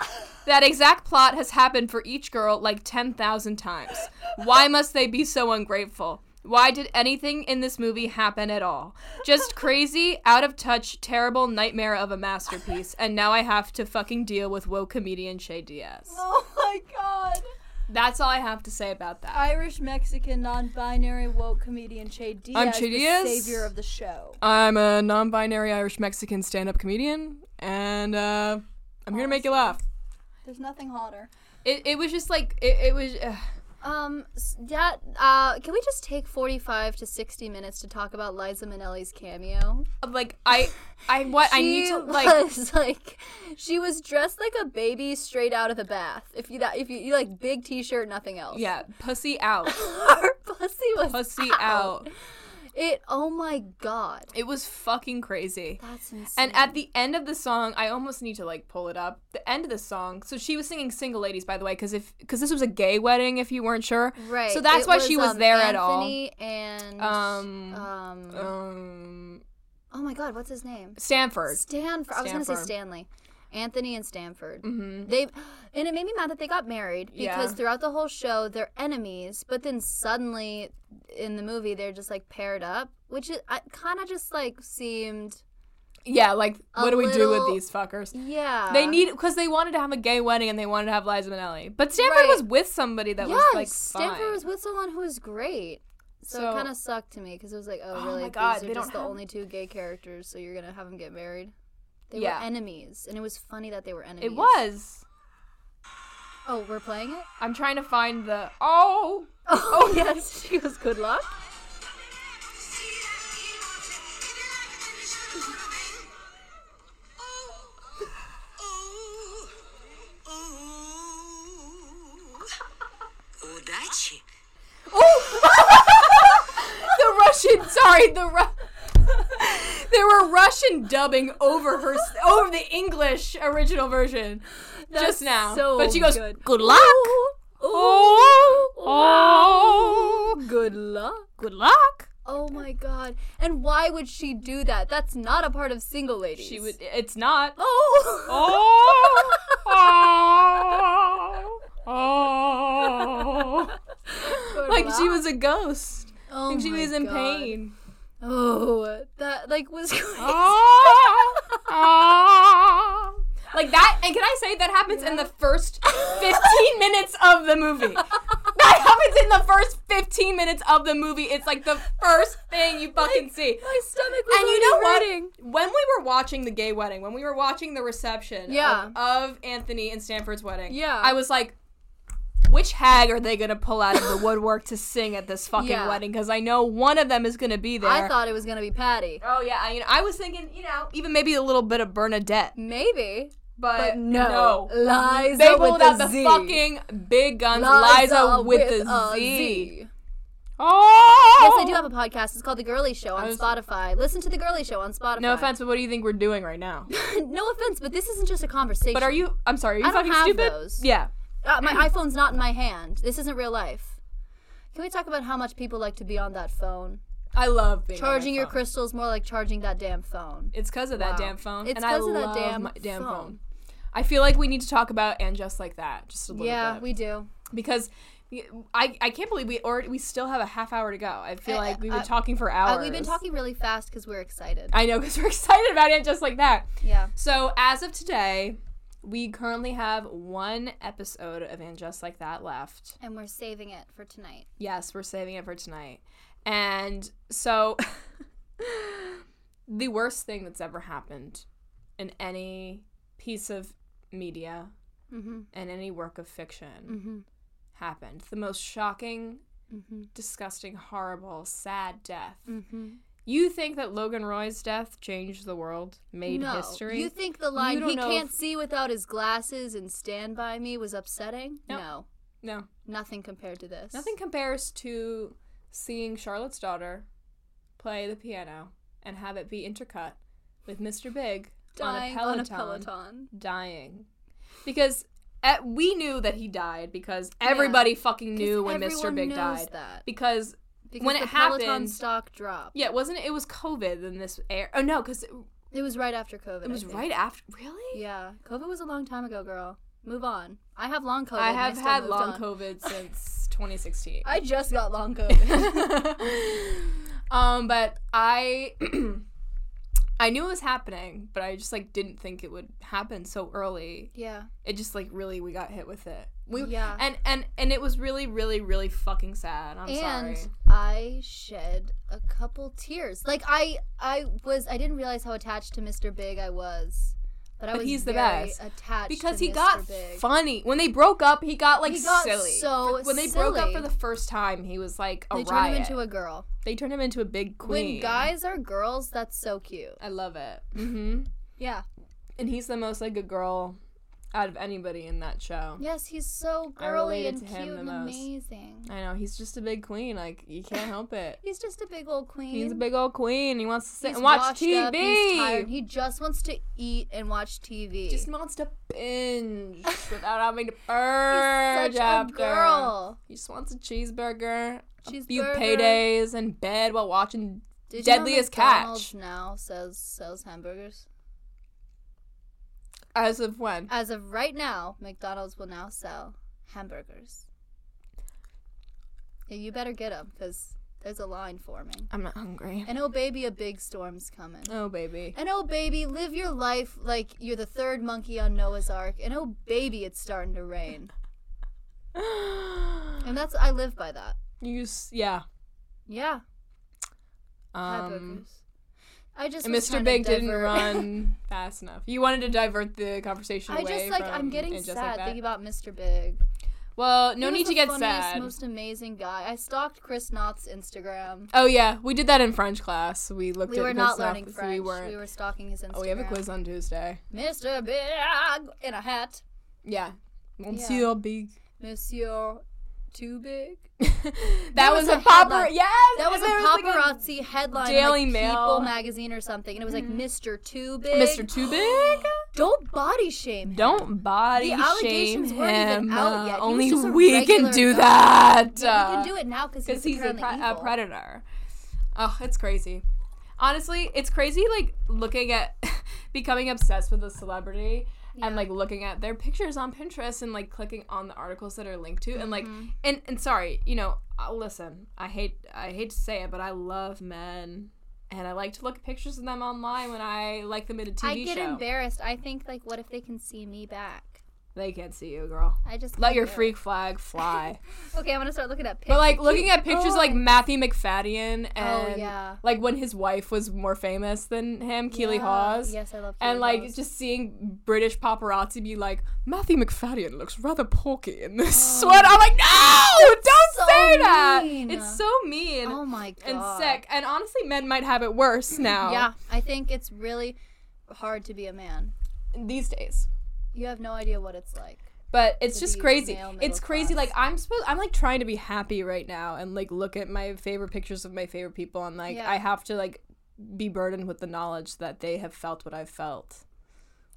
Speaker 2: That exact plot has happened for each girl like 10,000 times. Why must they be so ungrateful? Why did anything in this movie happen at all? Just crazy, out of touch, terrible nightmare of a masterpiece, and now I have to fucking deal with woke comedian Shay Diaz.
Speaker 1: (laughs) oh my god.
Speaker 2: That's all I have to say about that.
Speaker 1: Irish Mexican non-binary woke comedian Che Diaz,
Speaker 2: I'm Che
Speaker 1: the
Speaker 2: Diaz.
Speaker 1: savior of the show.
Speaker 2: I'm a non-binary Irish Mexican stand-up comedian, and uh, I'm here to make you laugh.
Speaker 1: There's nothing hotter.
Speaker 2: It, it was just like it, it was. Uh,
Speaker 1: Um, s- that uh, can we just take 45 to 60 minutes to talk about Liza Minnelli's cameo?
Speaker 2: like I (laughs) I what I need
Speaker 1: She (laughs)
Speaker 2: to like
Speaker 1: was like she was dressed like a baby straight out of the bath. If you that if you, you like big t-shirt, nothing else.
Speaker 2: yeah pussy
Speaker 1: (laughs)
Speaker 2: out
Speaker 1: her pussy was
Speaker 2: (laughs) pussy out.
Speaker 1: It. Oh my god,
Speaker 2: It was fucking crazy.
Speaker 1: that's insane.
Speaker 2: And at the end of the song, I almost need to like pull it up. The end of the song. So she was singing "Single Ladies," by the way, because if because this was a gay wedding, if you weren't sure.
Speaker 1: right.
Speaker 2: So that's
Speaker 1: it
Speaker 2: why she was
Speaker 1: um,
Speaker 2: there at all.
Speaker 1: Anthony And
Speaker 2: Um,
Speaker 1: um,
Speaker 2: Um,
Speaker 1: oh my god, what's his name?
Speaker 2: Stanford.
Speaker 1: Stanford. I was gonna say
Speaker 2: Stanford.
Speaker 1: Stanley. Anthony and Stanford.
Speaker 2: Mm-hmm.
Speaker 1: They and it made me mad that they got married because
Speaker 2: Yeah.
Speaker 1: throughout the whole show they're enemies, but then suddenly in the movie they're just like paired up, which is, I kind of just like seemed
Speaker 2: Yeah, like
Speaker 1: A
Speaker 2: what do we do
Speaker 1: little-
Speaker 2: with these fuckers?
Speaker 1: yeah.
Speaker 2: They need because they wanted to have a gay wedding and they wanted to have Liza Minnelli. But Stanford
Speaker 1: Right.
Speaker 2: was with somebody that
Speaker 1: yes.
Speaker 2: was like
Speaker 1: Stanford
Speaker 2: fine.
Speaker 1: was with someone who was great. So,
Speaker 2: So-
Speaker 1: it kind of sucked to me because it was like, oh,
Speaker 2: Oh
Speaker 1: really?
Speaker 2: my God,
Speaker 1: These are
Speaker 2: they
Speaker 1: just
Speaker 2: don't
Speaker 1: the
Speaker 2: have-
Speaker 1: only two gay characters, so you're gonna have them get married. They
Speaker 2: Yeah.
Speaker 1: were enemies, and it was funny that they were enemies.
Speaker 2: It was.
Speaker 1: Oh, we're playing it.
Speaker 2: I'm trying to find the (laughs) oh.
Speaker 1: (laughs)
Speaker 2: (laughs)
Speaker 1: Oh yes, she goes. Good luck.
Speaker 3: Удачи!
Speaker 1: Oh.
Speaker 2: (laughs) The Russian, sorry, the Ru- (laughs) There were Russian dubbing over her over the English original version just now.
Speaker 1: so
Speaker 2: but she goes,
Speaker 1: good.
Speaker 2: luck." Oh, oh,
Speaker 1: Good luck.
Speaker 2: good luck.
Speaker 1: Oh my god. And why would she do that? That's not a part of single ladies.
Speaker 2: She would. It's not.
Speaker 1: (laughs) Oh.
Speaker 2: Oh, (laughs) oh, oh. Like she was a ghost.
Speaker 1: Oh
Speaker 2: Like she
Speaker 1: my
Speaker 2: was in
Speaker 1: God.
Speaker 2: pain. Oh.
Speaker 1: Oh, that like was (laughs) crazy.
Speaker 2: Ah. like that, and can I say that happens in the (laughs) first 15 minutes of the movie? That happens in the first 15 minutes of the movie. It's like the first thing you fucking see.
Speaker 1: my stomach was
Speaker 2: And you know what?
Speaker 1: already hurting.
Speaker 2: When we were watching the gay wedding, when we were watching the reception of-
Speaker 1: Yeah.
Speaker 2: of, Anthony and Stanford's wedding,
Speaker 1: Yeah.
Speaker 2: I was like, which hag are they gonna pull out of the woodwork to sing at this fucking
Speaker 1: Yeah.
Speaker 2: wedding? Because I know one of them is gonna be there.
Speaker 1: I thought it was going to be Patty.
Speaker 2: Oh yeah, I mean, I was thinking, you know, even maybe a little bit of Bernadette,
Speaker 1: Maybe.
Speaker 2: but,
Speaker 1: But no.
Speaker 2: no.
Speaker 1: Liza
Speaker 2: They
Speaker 1: with
Speaker 2: pulled out
Speaker 1: a
Speaker 2: the
Speaker 1: Z.
Speaker 2: fucking big guns, Liza, with, the
Speaker 1: a
Speaker 2: Z. Oh,
Speaker 1: Yes, I do have a podcast. It's called The Girly Show on
Speaker 2: was-
Speaker 1: Spotify. Listen to The Girly Show on Spotify.
Speaker 2: No offense, but what do you think we're doing
Speaker 1: (laughs)
Speaker 2: right now?
Speaker 1: (clears throat) no offense, but this isn't just a conversation.
Speaker 2: But are you? I'm sorry, are you
Speaker 1: I don't
Speaker 2: fucking
Speaker 1: have
Speaker 2: stupid?
Speaker 1: those.
Speaker 2: Yeah.
Speaker 1: Uh, my iPhone's not in my hand. This isn't real life. Can we talk about how much people like to be on that phone?
Speaker 2: I love being on my
Speaker 1: Charging your
Speaker 2: phone.
Speaker 1: crystals more like charging that damn phone.
Speaker 2: It's because of that
Speaker 1: Wow.
Speaker 2: damn phone.
Speaker 1: It's
Speaker 2: and I
Speaker 1: 'cause of that
Speaker 2: love
Speaker 1: damn
Speaker 2: my damn phone.
Speaker 1: phone.
Speaker 2: I feel like we need to talk about and just like that just a little
Speaker 1: Yeah,
Speaker 2: bit
Speaker 1: we do.
Speaker 2: because I, I can't believe we already we still have a half hour to go. I feel
Speaker 1: Uh,
Speaker 2: like we've been
Speaker 1: uh,
Speaker 2: talking for
Speaker 1: Uh,
Speaker 2: hours.
Speaker 1: we've been talking really fast because we're excited.
Speaker 2: I know because we're (laughs) excited about it just like that.
Speaker 1: Yeah.
Speaker 2: So as of today, we currently have one episode of And Just Like That left.
Speaker 1: And we're saving it for tonight.
Speaker 2: Yes, we're saving it for tonight. And so (laughs) the worst thing that's ever happened in any piece of media
Speaker 1: Mm-hmm.
Speaker 2: and any work of fiction
Speaker 1: Mm-hmm.
Speaker 2: happened. The most shocking,
Speaker 1: Mm-hmm.
Speaker 2: disgusting, horrible, sad death.
Speaker 1: Mm-hmm.
Speaker 2: You think that Logan Roy's death changed the world, made
Speaker 1: no.
Speaker 2: history?
Speaker 1: You think the line
Speaker 2: don't
Speaker 1: he
Speaker 2: know
Speaker 1: can't
Speaker 2: if-
Speaker 1: see without his glasses and stand by me was upsetting?
Speaker 2: Nope.
Speaker 1: No.
Speaker 2: no.
Speaker 1: Nothing compared to this.
Speaker 2: Nothing compares to seeing Charlotte's daughter play the piano and have it be intercut with Mr. Big
Speaker 1: Dying
Speaker 2: on,
Speaker 1: on
Speaker 2: a Peloton,
Speaker 1: Peloton.
Speaker 2: dying. Because at, we knew that he died because everybody fucking knew when
Speaker 1: 'Cause
Speaker 2: Mr.
Speaker 1: everyone
Speaker 2: Big
Speaker 1: knows
Speaker 2: died.
Speaker 1: That.
Speaker 2: Because
Speaker 1: Because
Speaker 2: when
Speaker 1: the
Speaker 2: it
Speaker 1: Peloton
Speaker 2: happened-
Speaker 1: stock dropped.
Speaker 2: yeah, wasn't it? It was COVID in this air. Oh no, because it,
Speaker 1: It was right after COVID.
Speaker 2: it was
Speaker 1: I think.
Speaker 2: right after. Really?
Speaker 1: Yeah, COVID was a long time ago, girl. Move on. I have long COVID.
Speaker 2: I
Speaker 1: and
Speaker 2: have
Speaker 1: still
Speaker 2: had
Speaker 1: moved
Speaker 2: long
Speaker 1: on. (laughs)
Speaker 2: COVID since 2016.
Speaker 1: I just got
Speaker 2: (laughs)
Speaker 1: long COVID. (laughs)
Speaker 2: um, but I (clears throat) I knew it was happening, but I just like didn't think it would happen so early.
Speaker 1: yeah.
Speaker 2: It just like really we got hit with it. We
Speaker 1: Yeah.
Speaker 2: and and and it was really really really fucking sad. I'm
Speaker 1: and
Speaker 2: sorry.
Speaker 1: I shed a couple tears. Like I I was I didn't realize how attached to Mr. Big I was. But I
Speaker 2: But
Speaker 1: was
Speaker 2: he's the
Speaker 1: very
Speaker 2: best.
Speaker 1: attached
Speaker 2: Because
Speaker 1: to
Speaker 2: he
Speaker 1: Mr.
Speaker 2: got
Speaker 1: Big.
Speaker 2: funny when they broke up. He got like
Speaker 1: He got
Speaker 2: silly.
Speaker 1: so
Speaker 2: when they broke up
Speaker 1: silly.
Speaker 2: for the first time, he was like a
Speaker 1: they turned
Speaker 2: riot.
Speaker 1: him into a girl.
Speaker 2: they turned him into a big queen.
Speaker 1: When guys are girls, that's so cute.
Speaker 2: I love it. hmm
Speaker 1: Yeah.
Speaker 2: And he's the most like a girl out of anybody in that show.
Speaker 1: Yes, he's so
Speaker 2: I
Speaker 1: girly
Speaker 2: related
Speaker 1: and
Speaker 2: to
Speaker 1: cute
Speaker 2: him the
Speaker 1: and
Speaker 2: most.
Speaker 1: amazing.
Speaker 2: I know he's just a big queen. Like you can't
Speaker 1: (laughs)
Speaker 2: help it.
Speaker 1: He's just a big old queen.
Speaker 2: He's a big old queen. He wants to sit
Speaker 1: He's
Speaker 2: and watch
Speaker 1: washed
Speaker 2: TV.
Speaker 1: up, he's tired. He just wants to eat and watch TV.
Speaker 2: just wants to
Speaker 1: (laughs)
Speaker 2: binge without having to
Speaker 1: He's
Speaker 2: purge.
Speaker 1: such a
Speaker 2: after.
Speaker 1: girl.
Speaker 2: He just wants a cheeseburger, a few
Speaker 1: Cheeseburger.
Speaker 2: paydays, in bed while watching.
Speaker 1: Did
Speaker 2: Deadliest
Speaker 1: you know McDonald's
Speaker 2: catch.
Speaker 1: now says sells hamburgers.
Speaker 2: As of when?
Speaker 1: As of right now, McDonald's will now sell hamburgers. Yeah, you better get them because there's a line forming.
Speaker 2: I'm
Speaker 1: (laughs)
Speaker 2: not hungry.
Speaker 1: And oh baby, a big storm's coming.
Speaker 2: Oh baby. (gasps)
Speaker 1: And oh baby, live your life like you're the third monkey on Noah's Ark. And oh baby, it's starting to rain. And that's I live by that.
Speaker 2: you s- yeah.
Speaker 1: Yeah,
Speaker 2: Um,
Speaker 1: hamburgers. I just
Speaker 2: and
Speaker 1: was trying to
Speaker 2: Mr. Big didn't
Speaker 1: divert-
Speaker 2: run fast enough. You wanted to divert the conversation
Speaker 1: (laughs) I
Speaker 2: away
Speaker 1: just like
Speaker 2: from
Speaker 1: I'm
Speaker 2: it
Speaker 1: getting
Speaker 2: just
Speaker 1: sad
Speaker 2: like that.
Speaker 1: thinking about Mr. Big.
Speaker 2: Well, no
Speaker 1: He was
Speaker 2: need to
Speaker 1: the
Speaker 2: get
Speaker 1: funniest,
Speaker 2: sad.
Speaker 1: Most amazing guy. I stalked Chris Knott's Instagram.
Speaker 2: Oh yeah, we did that in French class. We looked
Speaker 1: We
Speaker 2: at
Speaker 1: were
Speaker 2: Chris
Speaker 1: not
Speaker 2: Knopf,
Speaker 1: learning
Speaker 2: so
Speaker 1: French.
Speaker 2: We weren't.
Speaker 1: were stalking his Instagram.
Speaker 2: oh, we have a quiz on Tuesday.
Speaker 1: Mr. Big in a hat.
Speaker 2: Yeah. Monsieur Big. (laughs)
Speaker 1: Monsieur Too Big.
Speaker 2: that
Speaker 1: There
Speaker 2: was,
Speaker 1: was
Speaker 2: a
Speaker 1: a
Speaker 2: popper.
Speaker 1: headline.
Speaker 2: Yes.
Speaker 1: That was a
Speaker 2: there
Speaker 1: paparazzi headline, in,
Speaker 2: Daily
Speaker 1: like,
Speaker 2: Mail.
Speaker 1: People magazine or something, and it was like Mr. Too Big.
Speaker 2: Mr. Too Big.
Speaker 1: (gasps) Don't body shame. him.
Speaker 2: Don't body
Speaker 1: The
Speaker 2: shame
Speaker 1: allegations weren't even
Speaker 2: him.
Speaker 1: out yet. He was
Speaker 2: Uh, Only
Speaker 1: just a
Speaker 2: we can
Speaker 1: regular
Speaker 2: do
Speaker 1: guy.
Speaker 2: that.
Speaker 1: Yeah, we can do it now because he's,
Speaker 2: because uh, he's a,
Speaker 1: apparently
Speaker 2: pre- a
Speaker 1: evil.
Speaker 2: predator. Oh, it's crazy. Honestly, it's crazy like looking at (laughs) becoming obsessed with a celebrity and like looking at their pictures on Pinterest and like clicking on the articles that are linked to and like
Speaker 1: Mm-hmm.
Speaker 2: and and sorry, you know, uh, listen, I hate I hate to say it, but I love men. And I like to look at pictures of them online when I like them in a TV
Speaker 1: I get
Speaker 2: show.
Speaker 1: embarrassed. I think like, what if they can see me back?
Speaker 2: they can't see you, girl.
Speaker 1: I just
Speaker 2: Let
Speaker 1: can't
Speaker 2: your
Speaker 1: do it.
Speaker 2: freak flag fly.
Speaker 1: Okay, I'm gonna start looking at pictures.
Speaker 2: But like looking at pictures like
Speaker 1: Oh.
Speaker 2: Matthew McFadden and
Speaker 1: yeah.
Speaker 2: like when his wife was more famous than him, Keely
Speaker 1: Yeah.
Speaker 2: Hawes.
Speaker 1: Yes, I love. Keely
Speaker 2: And like
Speaker 1: Hawes.
Speaker 2: just seeing British paparazzi be like, Matthew McFadden looks rather porky in this sweater. I'm like, no, don't
Speaker 1: Oh. so
Speaker 2: say that.
Speaker 1: mean.
Speaker 2: It's so mean (laughs)
Speaker 1: oh my god,
Speaker 2: and sick. And honestly, men might have
Speaker 1: (clears throat)
Speaker 2: it worse now.
Speaker 1: Yeah, I think it's really hard to be a man.
Speaker 2: these days.
Speaker 1: You have no idea what it's like.
Speaker 2: But it's
Speaker 1: To
Speaker 2: just
Speaker 1: be
Speaker 2: crazy.
Speaker 1: male middle
Speaker 2: It's crazy.
Speaker 1: class.
Speaker 2: Like I'm supposed, I'm like trying to be happy right now and like look at my favorite pictures of my favorite people, and like
Speaker 1: Yeah.
Speaker 2: I have to like be burdened with the knowledge that they have felt what I've felt.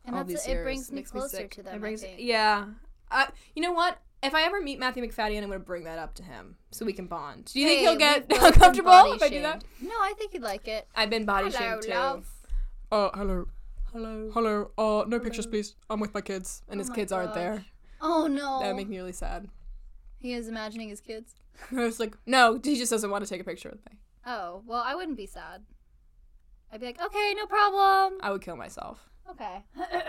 Speaker 1: And
Speaker 2: all
Speaker 1: that's
Speaker 2: these years.
Speaker 1: it brings me
Speaker 2: Makes
Speaker 1: closer
Speaker 2: sick.
Speaker 1: to
Speaker 2: It
Speaker 1: them.
Speaker 2: brings-
Speaker 1: I think.
Speaker 2: Yeah. Uh, you know what? If I ever meet Matthew McFadden, I'm gonna bring that up to him so we can bond. Do you
Speaker 1: Hey,
Speaker 2: think he'll
Speaker 1: we've
Speaker 2: get
Speaker 1: both been
Speaker 2: (laughs) uncomfortable
Speaker 1: body
Speaker 2: if I do that?
Speaker 1: shamed. No, I think you'd like it.
Speaker 2: I've been body
Speaker 1: Hello,
Speaker 2: shamed too.
Speaker 1: love.
Speaker 3: Uh, hello.
Speaker 2: Hello.
Speaker 3: Hello. Uh, no pictures, please. I'm with my kids.
Speaker 2: And his
Speaker 1: Oh my
Speaker 2: kids aren't
Speaker 1: gosh.
Speaker 2: there.
Speaker 1: Oh no.
Speaker 2: That would make me really sad.
Speaker 1: He is imagining his kids.
Speaker 2: (laughs) I was like, no, he just doesn't want to take a picture with me.
Speaker 1: Oh, well, I wouldn't be sad. I'd be like, okay, no problem.
Speaker 2: I would kill myself.
Speaker 1: Okay. (coughs)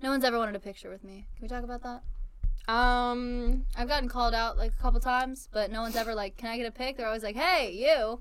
Speaker 1: no one's ever wanted a picture with me. Can we talk about that?
Speaker 2: Um,
Speaker 1: I've gotten called out like a couple times, but no one's ever like, "Can I get a pic?" They're always like, "Hey, you,"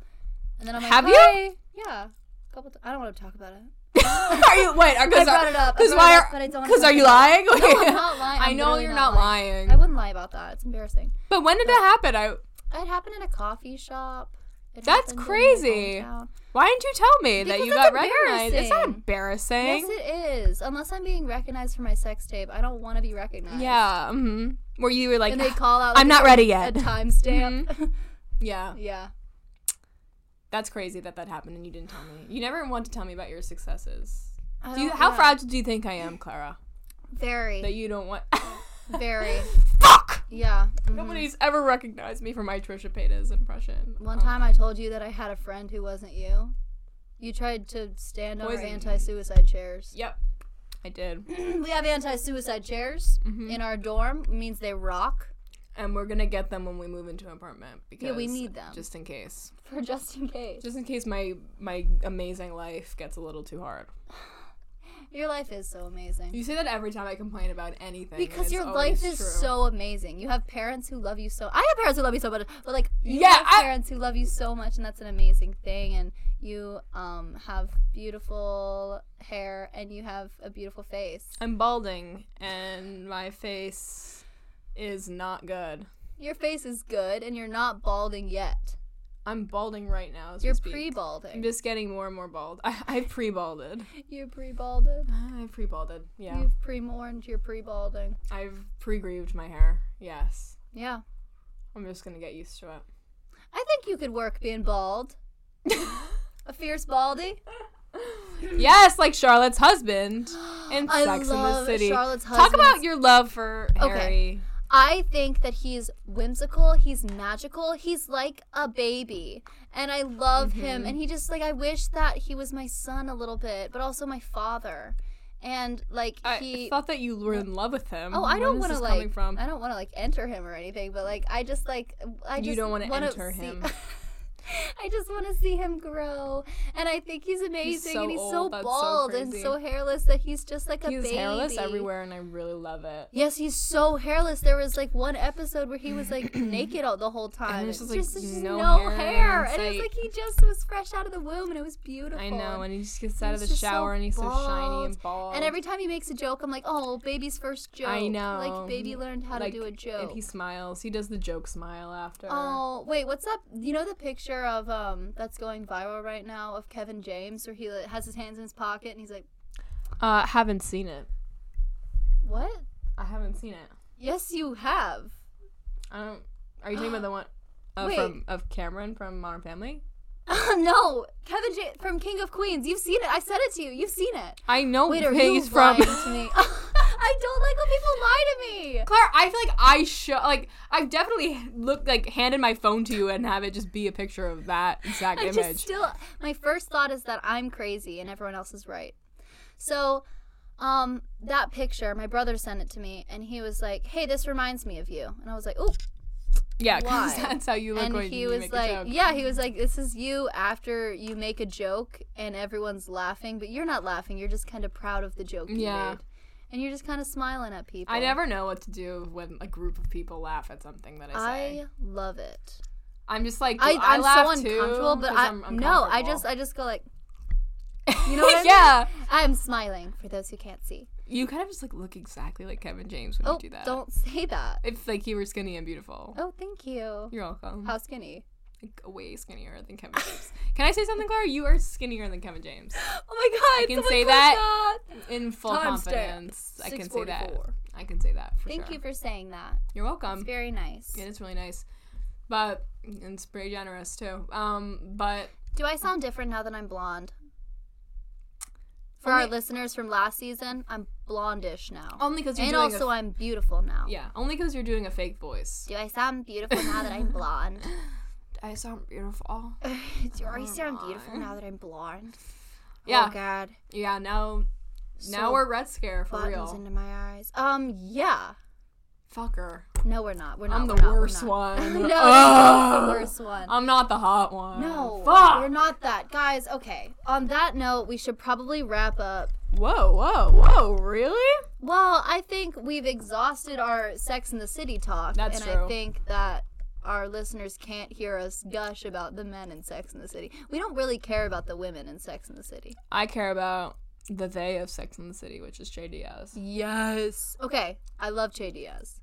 Speaker 1: and then I'm like,
Speaker 2: Have you?
Speaker 1: "Hi." Yeah, couple. T- I don't want to talk about it.
Speaker 2: (laughs) are you wait?
Speaker 1: I
Speaker 2: Because
Speaker 1: brought it up. I
Speaker 2: Because
Speaker 1: brought
Speaker 2: why?
Speaker 1: it
Speaker 2: Are,
Speaker 1: up, but I don't wanna
Speaker 2: Because
Speaker 1: talk
Speaker 2: are you
Speaker 1: about
Speaker 2: lying?
Speaker 1: No, (laughs) I'm not lying.
Speaker 2: I
Speaker 1: I'm
Speaker 2: know
Speaker 1: literally
Speaker 2: you're
Speaker 1: not
Speaker 2: not lying.
Speaker 1: I wouldn't lie about that. It's embarrassing.
Speaker 2: But when did that happen? I
Speaker 1: It happened at a coffee shop. It
Speaker 2: That's
Speaker 1: happened in my
Speaker 2: crazy.
Speaker 1: hometown.
Speaker 2: why didn't you tell me that
Speaker 1: Because
Speaker 2: you
Speaker 1: that's
Speaker 2: got recognized? It's not
Speaker 1: embarrassing.
Speaker 2: embarrassing.
Speaker 1: Yes, it is. Unless I'm being recognized for my sex tape, I don't want to be recognized.
Speaker 2: yeah. hmm Where you were like, "Ah,
Speaker 1: And they call out. like,
Speaker 2: I'm not Mm-hmm.
Speaker 1: a-
Speaker 2: ready
Speaker 1: A
Speaker 2: yet.
Speaker 1: timestamp.
Speaker 2: (laughs) yeah.
Speaker 1: (laughs) yeah.
Speaker 2: That's crazy that that happened and you didn't tell me. You never want to tell me about your successes.
Speaker 1: I
Speaker 2: Do you,
Speaker 1: don't-
Speaker 2: how
Speaker 1: yeah.
Speaker 2: fragile do you think I am, Clara? That (laughs)
Speaker 1: Very,
Speaker 2: you
Speaker 1: (laughs)
Speaker 2: don't want.
Speaker 1: very.
Speaker 2: Fuck!
Speaker 1: Yeah. mhm.
Speaker 2: Nobody's ever recognized me for my Trisha Paytas impression.
Speaker 1: One time I told you that I had a friend who wasn't you. You tried to stand over
Speaker 2: Poison.
Speaker 1: anti suicide chairs.
Speaker 2: Yep. I did.
Speaker 1: (clears throat) we have anti suicide chairs
Speaker 2: Mhm.
Speaker 1: in our dorm. It means they rock
Speaker 2: And we're gonna get them when we move into an apartment because
Speaker 1: Yeah, we need them.
Speaker 2: just in case.
Speaker 1: for just in case.
Speaker 2: Just in case my my amazing life gets a little too hard.
Speaker 1: Your life is so amazing.
Speaker 2: You say that every time I complain about anything. and
Speaker 1: Because
Speaker 2: it's
Speaker 1: your
Speaker 2: always
Speaker 1: life is
Speaker 2: true.
Speaker 1: so amazing. You have parents who love you so. I have parents who love you so much, but like you
Speaker 2: Yeah,
Speaker 1: have
Speaker 2: I-
Speaker 1: parents who love you so much, and that's an amazing thing. And you um have beautiful hair, and you have a beautiful face.
Speaker 2: I'm balding and my face is not good.
Speaker 1: Your face is good, and you're not balding yet.
Speaker 2: I'm balding right now. As we
Speaker 1: You're
Speaker 2: speak. I'm
Speaker 1: pre-balding.
Speaker 2: just getting more and more bald. (laughs) I, I
Speaker 1: (laughs)
Speaker 2: pre-balded.
Speaker 1: You're pre-balded.
Speaker 2: I pre-balded. Yeah.
Speaker 1: You've pre-mourned. You're pre-balding.
Speaker 2: I've pre-grieved my hair. Yes.
Speaker 1: Yeah.
Speaker 2: I'm just gonna get used to it.
Speaker 1: I think you could work being
Speaker 2: (laughs)
Speaker 1: bald. a fierce baldy.
Speaker 2: yes, like
Speaker 1: (gasps)
Speaker 2: Charlotte's husband in
Speaker 1: I
Speaker 2: Sex in the
Speaker 1: love
Speaker 2: City.
Speaker 1: Charlotte's
Speaker 2: Talk about
Speaker 1: husband's-
Speaker 2: your love for
Speaker 1: Okay.
Speaker 2: Harry.
Speaker 1: I think that he's whimsical. He's magical. He's like a baby, and I love
Speaker 2: Mm-hmm.
Speaker 1: him. And he just like I wish that he was my son a little bit, but also my father. And like
Speaker 2: I
Speaker 1: he.
Speaker 2: thought that you were in love with him.
Speaker 1: Oh, I don't
Speaker 2: want to
Speaker 1: like.
Speaker 2: Coming from?
Speaker 1: I don't want to like enter him or anything, but like I just like I
Speaker 2: You
Speaker 1: just
Speaker 2: don't wanna
Speaker 1: wanna
Speaker 2: enter
Speaker 1: see-
Speaker 2: him.
Speaker 1: (laughs) I just want to see him grow, and I think he's amazing,
Speaker 2: so
Speaker 1: and he's so
Speaker 2: old, that's so
Speaker 1: bald and
Speaker 2: crazy.
Speaker 1: so hairless that he's just like a
Speaker 2: He's
Speaker 1: baby.
Speaker 2: hairless everywhere, and I really love it.
Speaker 1: Yes, he's so hairless. There was like one episode where he was
Speaker 2: (clears throat)
Speaker 1: like naked all the whole time.
Speaker 2: it's
Speaker 1: and
Speaker 2: just, like, no hair, and it's
Speaker 1: and it was
Speaker 2: like-
Speaker 1: like he just was fresh out of the womb, and it was beautiful.
Speaker 2: I know, and he just gets out of
Speaker 1: He's
Speaker 2: the
Speaker 1: just so
Speaker 2: shower, and he's so shiny
Speaker 1: bald.
Speaker 2: and bald.
Speaker 1: And every time he makes a joke, I'm like, oh, baby's first joke.
Speaker 2: I know,
Speaker 1: Like baby learned how
Speaker 2: Like,
Speaker 1: to do a joke.
Speaker 2: And he smiles. He does the joke smile after.
Speaker 1: Oh wait, what's up? You know the picture of um that's going viral right now of Kevin James where he like, has his hands in his pocket and he's like,
Speaker 2: Uh, haven't seen it.
Speaker 1: "What?
Speaker 2: I haven't seen it.
Speaker 1: Yes, you have." (laughs)
Speaker 2: I don't. Are you talking about the one uh,
Speaker 1: (gasps) Wait.
Speaker 2: from of Cameron from Modern Family?
Speaker 1: Oh, no, Kevin J- from King of Queens. You've seen it. I said it to you. You've seen it.
Speaker 2: I know
Speaker 1: Wait,
Speaker 2: Wait,
Speaker 1: are you
Speaker 2: he's from.
Speaker 1: lying to
Speaker 2: (laughs)
Speaker 1: me? (laughs) I don't like when people lie to me.
Speaker 2: Claire, I feel like I show like I've definitely looked like handed my phone to you and have it just be a picture of that exact
Speaker 1: I
Speaker 2: image.
Speaker 1: just still my first thought is that I'm crazy and everyone else is right. So, um, that picture, my brother sent it to me, and he was like, "Hey, this reminds me of you," and I was like, "Oh,"
Speaker 2: yeah, because
Speaker 1: Why?
Speaker 2: that's how you look
Speaker 1: and
Speaker 2: when
Speaker 1: he
Speaker 2: you
Speaker 1: was
Speaker 2: make a
Speaker 1: like,
Speaker 2: joke.
Speaker 1: "Yeah," he was like, "This is you after you make a joke and everyone's laughing, but you're not laughing. You're just kind of proud of the joke you
Speaker 2: Yeah.
Speaker 1: made, and you're just kind of smiling at people."
Speaker 2: I never know what to do when a group of people laugh at something that I say.
Speaker 1: I love it.
Speaker 2: I, am just like, do
Speaker 1: I,
Speaker 2: I,
Speaker 1: I'm
Speaker 2: laugh
Speaker 1: so
Speaker 2: too,
Speaker 1: uncomfortable, but
Speaker 2: 'Cause
Speaker 1: I
Speaker 2: I'm
Speaker 1: no, I
Speaker 2: uncomfortable.
Speaker 1: just I just go
Speaker 2: (laughs)
Speaker 1: like, you know what I mean?
Speaker 2: yeah,
Speaker 1: I'm smiling for those who can't see.
Speaker 2: you kind of just like look exactly like Kevin James when
Speaker 1: Oh,
Speaker 2: you do that.
Speaker 1: not say that.
Speaker 2: If like you were skinny and beautiful,
Speaker 1: Oh, thank you.
Speaker 2: you're welcome.
Speaker 1: How skinny?
Speaker 2: like way skinnier than Kevin James. Can I say something, Clara? You are skinnier than Kevin James.
Speaker 1: Oh my god! I
Speaker 2: can someone say clip that. In full
Speaker 1: Timestamp,
Speaker 2: confidence, I can say that.
Speaker 1: 6:44.
Speaker 2: I can say that for
Speaker 1: Thank
Speaker 2: sure. Um,
Speaker 1: you for saying that.
Speaker 2: You're welcome.
Speaker 1: It's very nice.
Speaker 2: It is really nice, but and it's very generous too. Um, but
Speaker 1: Do I sound different now that I'm blonde? For
Speaker 2: Only-
Speaker 1: our listeners from last season, I'm blondish now,
Speaker 2: only because Oh, you're
Speaker 1: and
Speaker 2: doing
Speaker 1: also
Speaker 2: a,
Speaker 1: i I'm beautiful now.
Speaker 2: yeah, only because you're doing a fake voice.
Speaker 1: Do I sound beautiful now that I'm
Speaker 2: (laughs)
Speaker 1: blonde?
Speaker 2: I sound beautiful.
Speaker 1: Do I sound beautiful now that I'm blonde?
Speaker 2: (laughs) Yeah.
Speaker 1: Oh God.
Speaker 2: Yeah, now now
Speaker 1: So
Speaker 2: we're Red Scare for
Speaker 1: buttons
Speaker 2: real.
Speaker 1: into my eyes. Um, yeah.
Speaker 2: Fucker.
Speaker 1: No, we're not. We're not.
Speaker 2: I'm the
Speaker 1: we're not, we're
Speaker 2: worst
Speaker 1: not. (laughs)
Speaker 2: one.
Speaker 1: no,
Speaker 2: Ugh.
Speaker 1: you're the worst one.
Speaker 2: I'm not the hot one.
Speaker 1: no, we're
Speaker 2: Fuck.
Speaker 1: not that, guys. Okay. On that note, we should probably wrap up.
Speaker 2: Whoa, whoa, whoa. Really?
Speaker 1: Well, I think we've exhausted our Sex in the City talk,
Speaker 2: That's
Speaker 1: and
Speaker 2: true.
Speaker 1: I think that our listeners can't hear us gush about the men in Sex in the City. We don't really care about the women in Sex in the City.
Speaker 2: I care about the they of Sex in the City, which is J Diaz.
Speaker 1: Yes. Okay. I love Che Diaz.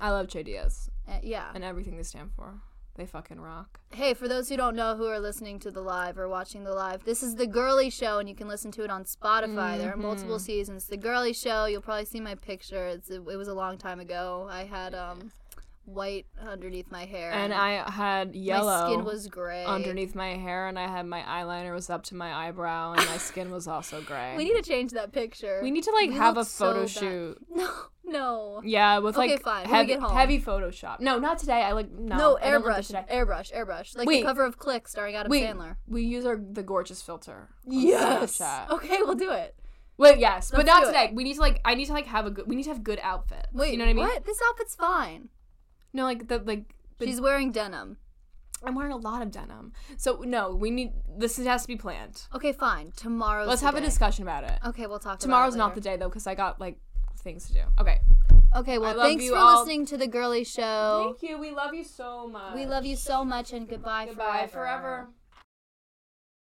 Speaker 2: I love J Diaz
Speaker 1: Uh, yeah.
Speaker 2: and everything they stand for. They fucking rock.
Speaker 1: Hey, for those who don't know who are listening to the live or watching the live, this is The Girly Show, and you can listen to it on Spotify. There are
Speaker 2: Mm-hmm.
Speaker 1: multiple seasons. The Girly Show, you'll probably see my picture. It's, it, was a long time ago. I had um, white underneath my hair.
Speaker 2: And I had yellow
Speaker 1: My skin was gray.
Speaker 2: underneath my hair, and I had my eyeliner was up to my eyebrow,
Speaker 1: (laughs)
Speaker 2: and my skin was also gray.
Speaker 1: We need to change that picture.
Speaker 2: We need to like have a
Speaker 1: look so
Speaker 2: photo
Speaker 1: bad.
Speaker 2: shoot.
Speaker 1: (laughs) No, no.
Speaker 2: Yeah, with
Speaker 1: Okay,
Speaker 2: like
Speaker 1: fine, when we
Speaker 2: heavy,
Speaker 1: get home.
Speaker 2: heavy Photoshop. No, not today. I like no.
Speaker 1: No,
Speaker 2: I don't like
Speaker 1: airbrush.
Speaker 2: this today.
Speaker 1: Airbrush, airbrush. Like
Speaker 2: Wait.
Speaker 1: the cover of Click starring Adam
Speaker 2: Wait,
Speaker 1: Sandler.
Speaker 2: we use our the gorgeous filter. on Snapchat.
Speaker 1: Okay, we'll do it.
Speaker 2: Wait, yes,
Speaker 1: Let's
Speaker 2: but not
Speaker 1: do it.
Speaker 2: today. We need to like. I need to like have a good. We need to have good outfits.
Speaker 1: Wait,
Speaker 2: you know what I mean?
Speaker 1: This outfit's fine.
Speaker 2: No, like the like. But
Speaker 1: She's wearing denim.
Speaker 2: I'm wearing a lot of denim, so no. We need this has to be planned.
Speaker 1: Okay, fine. Tomorrow's.
Speaker 2: Let's
Speaker 1: the
Speaker 2: have a
Speaker 1: day.
Speaker 2: discussion about it.
Speaker 1: Okay, we'll talk.
Speaker 2: Tomorrow's
Speaker 1: about
Speaker 2: not
Speaker 1: it
Speaker 2: the
Speaker 1: later.
Speaker 2: day though, because I got like things to do. Okay.
Speaker 1: Okay, well,
Speaker 2: love
Speaker 1: thanks
Speaker 2: you
Speaker 1: for
Speaker 2: all.
Speaker 1: listening to the Girly Show.
Speaker 2: Thank you. We love you so much.
Speaker 1: We love you so much, and goodbye.
Speaker 2: Goodbye
Speaker 1: forever.
Speaker 2: forever.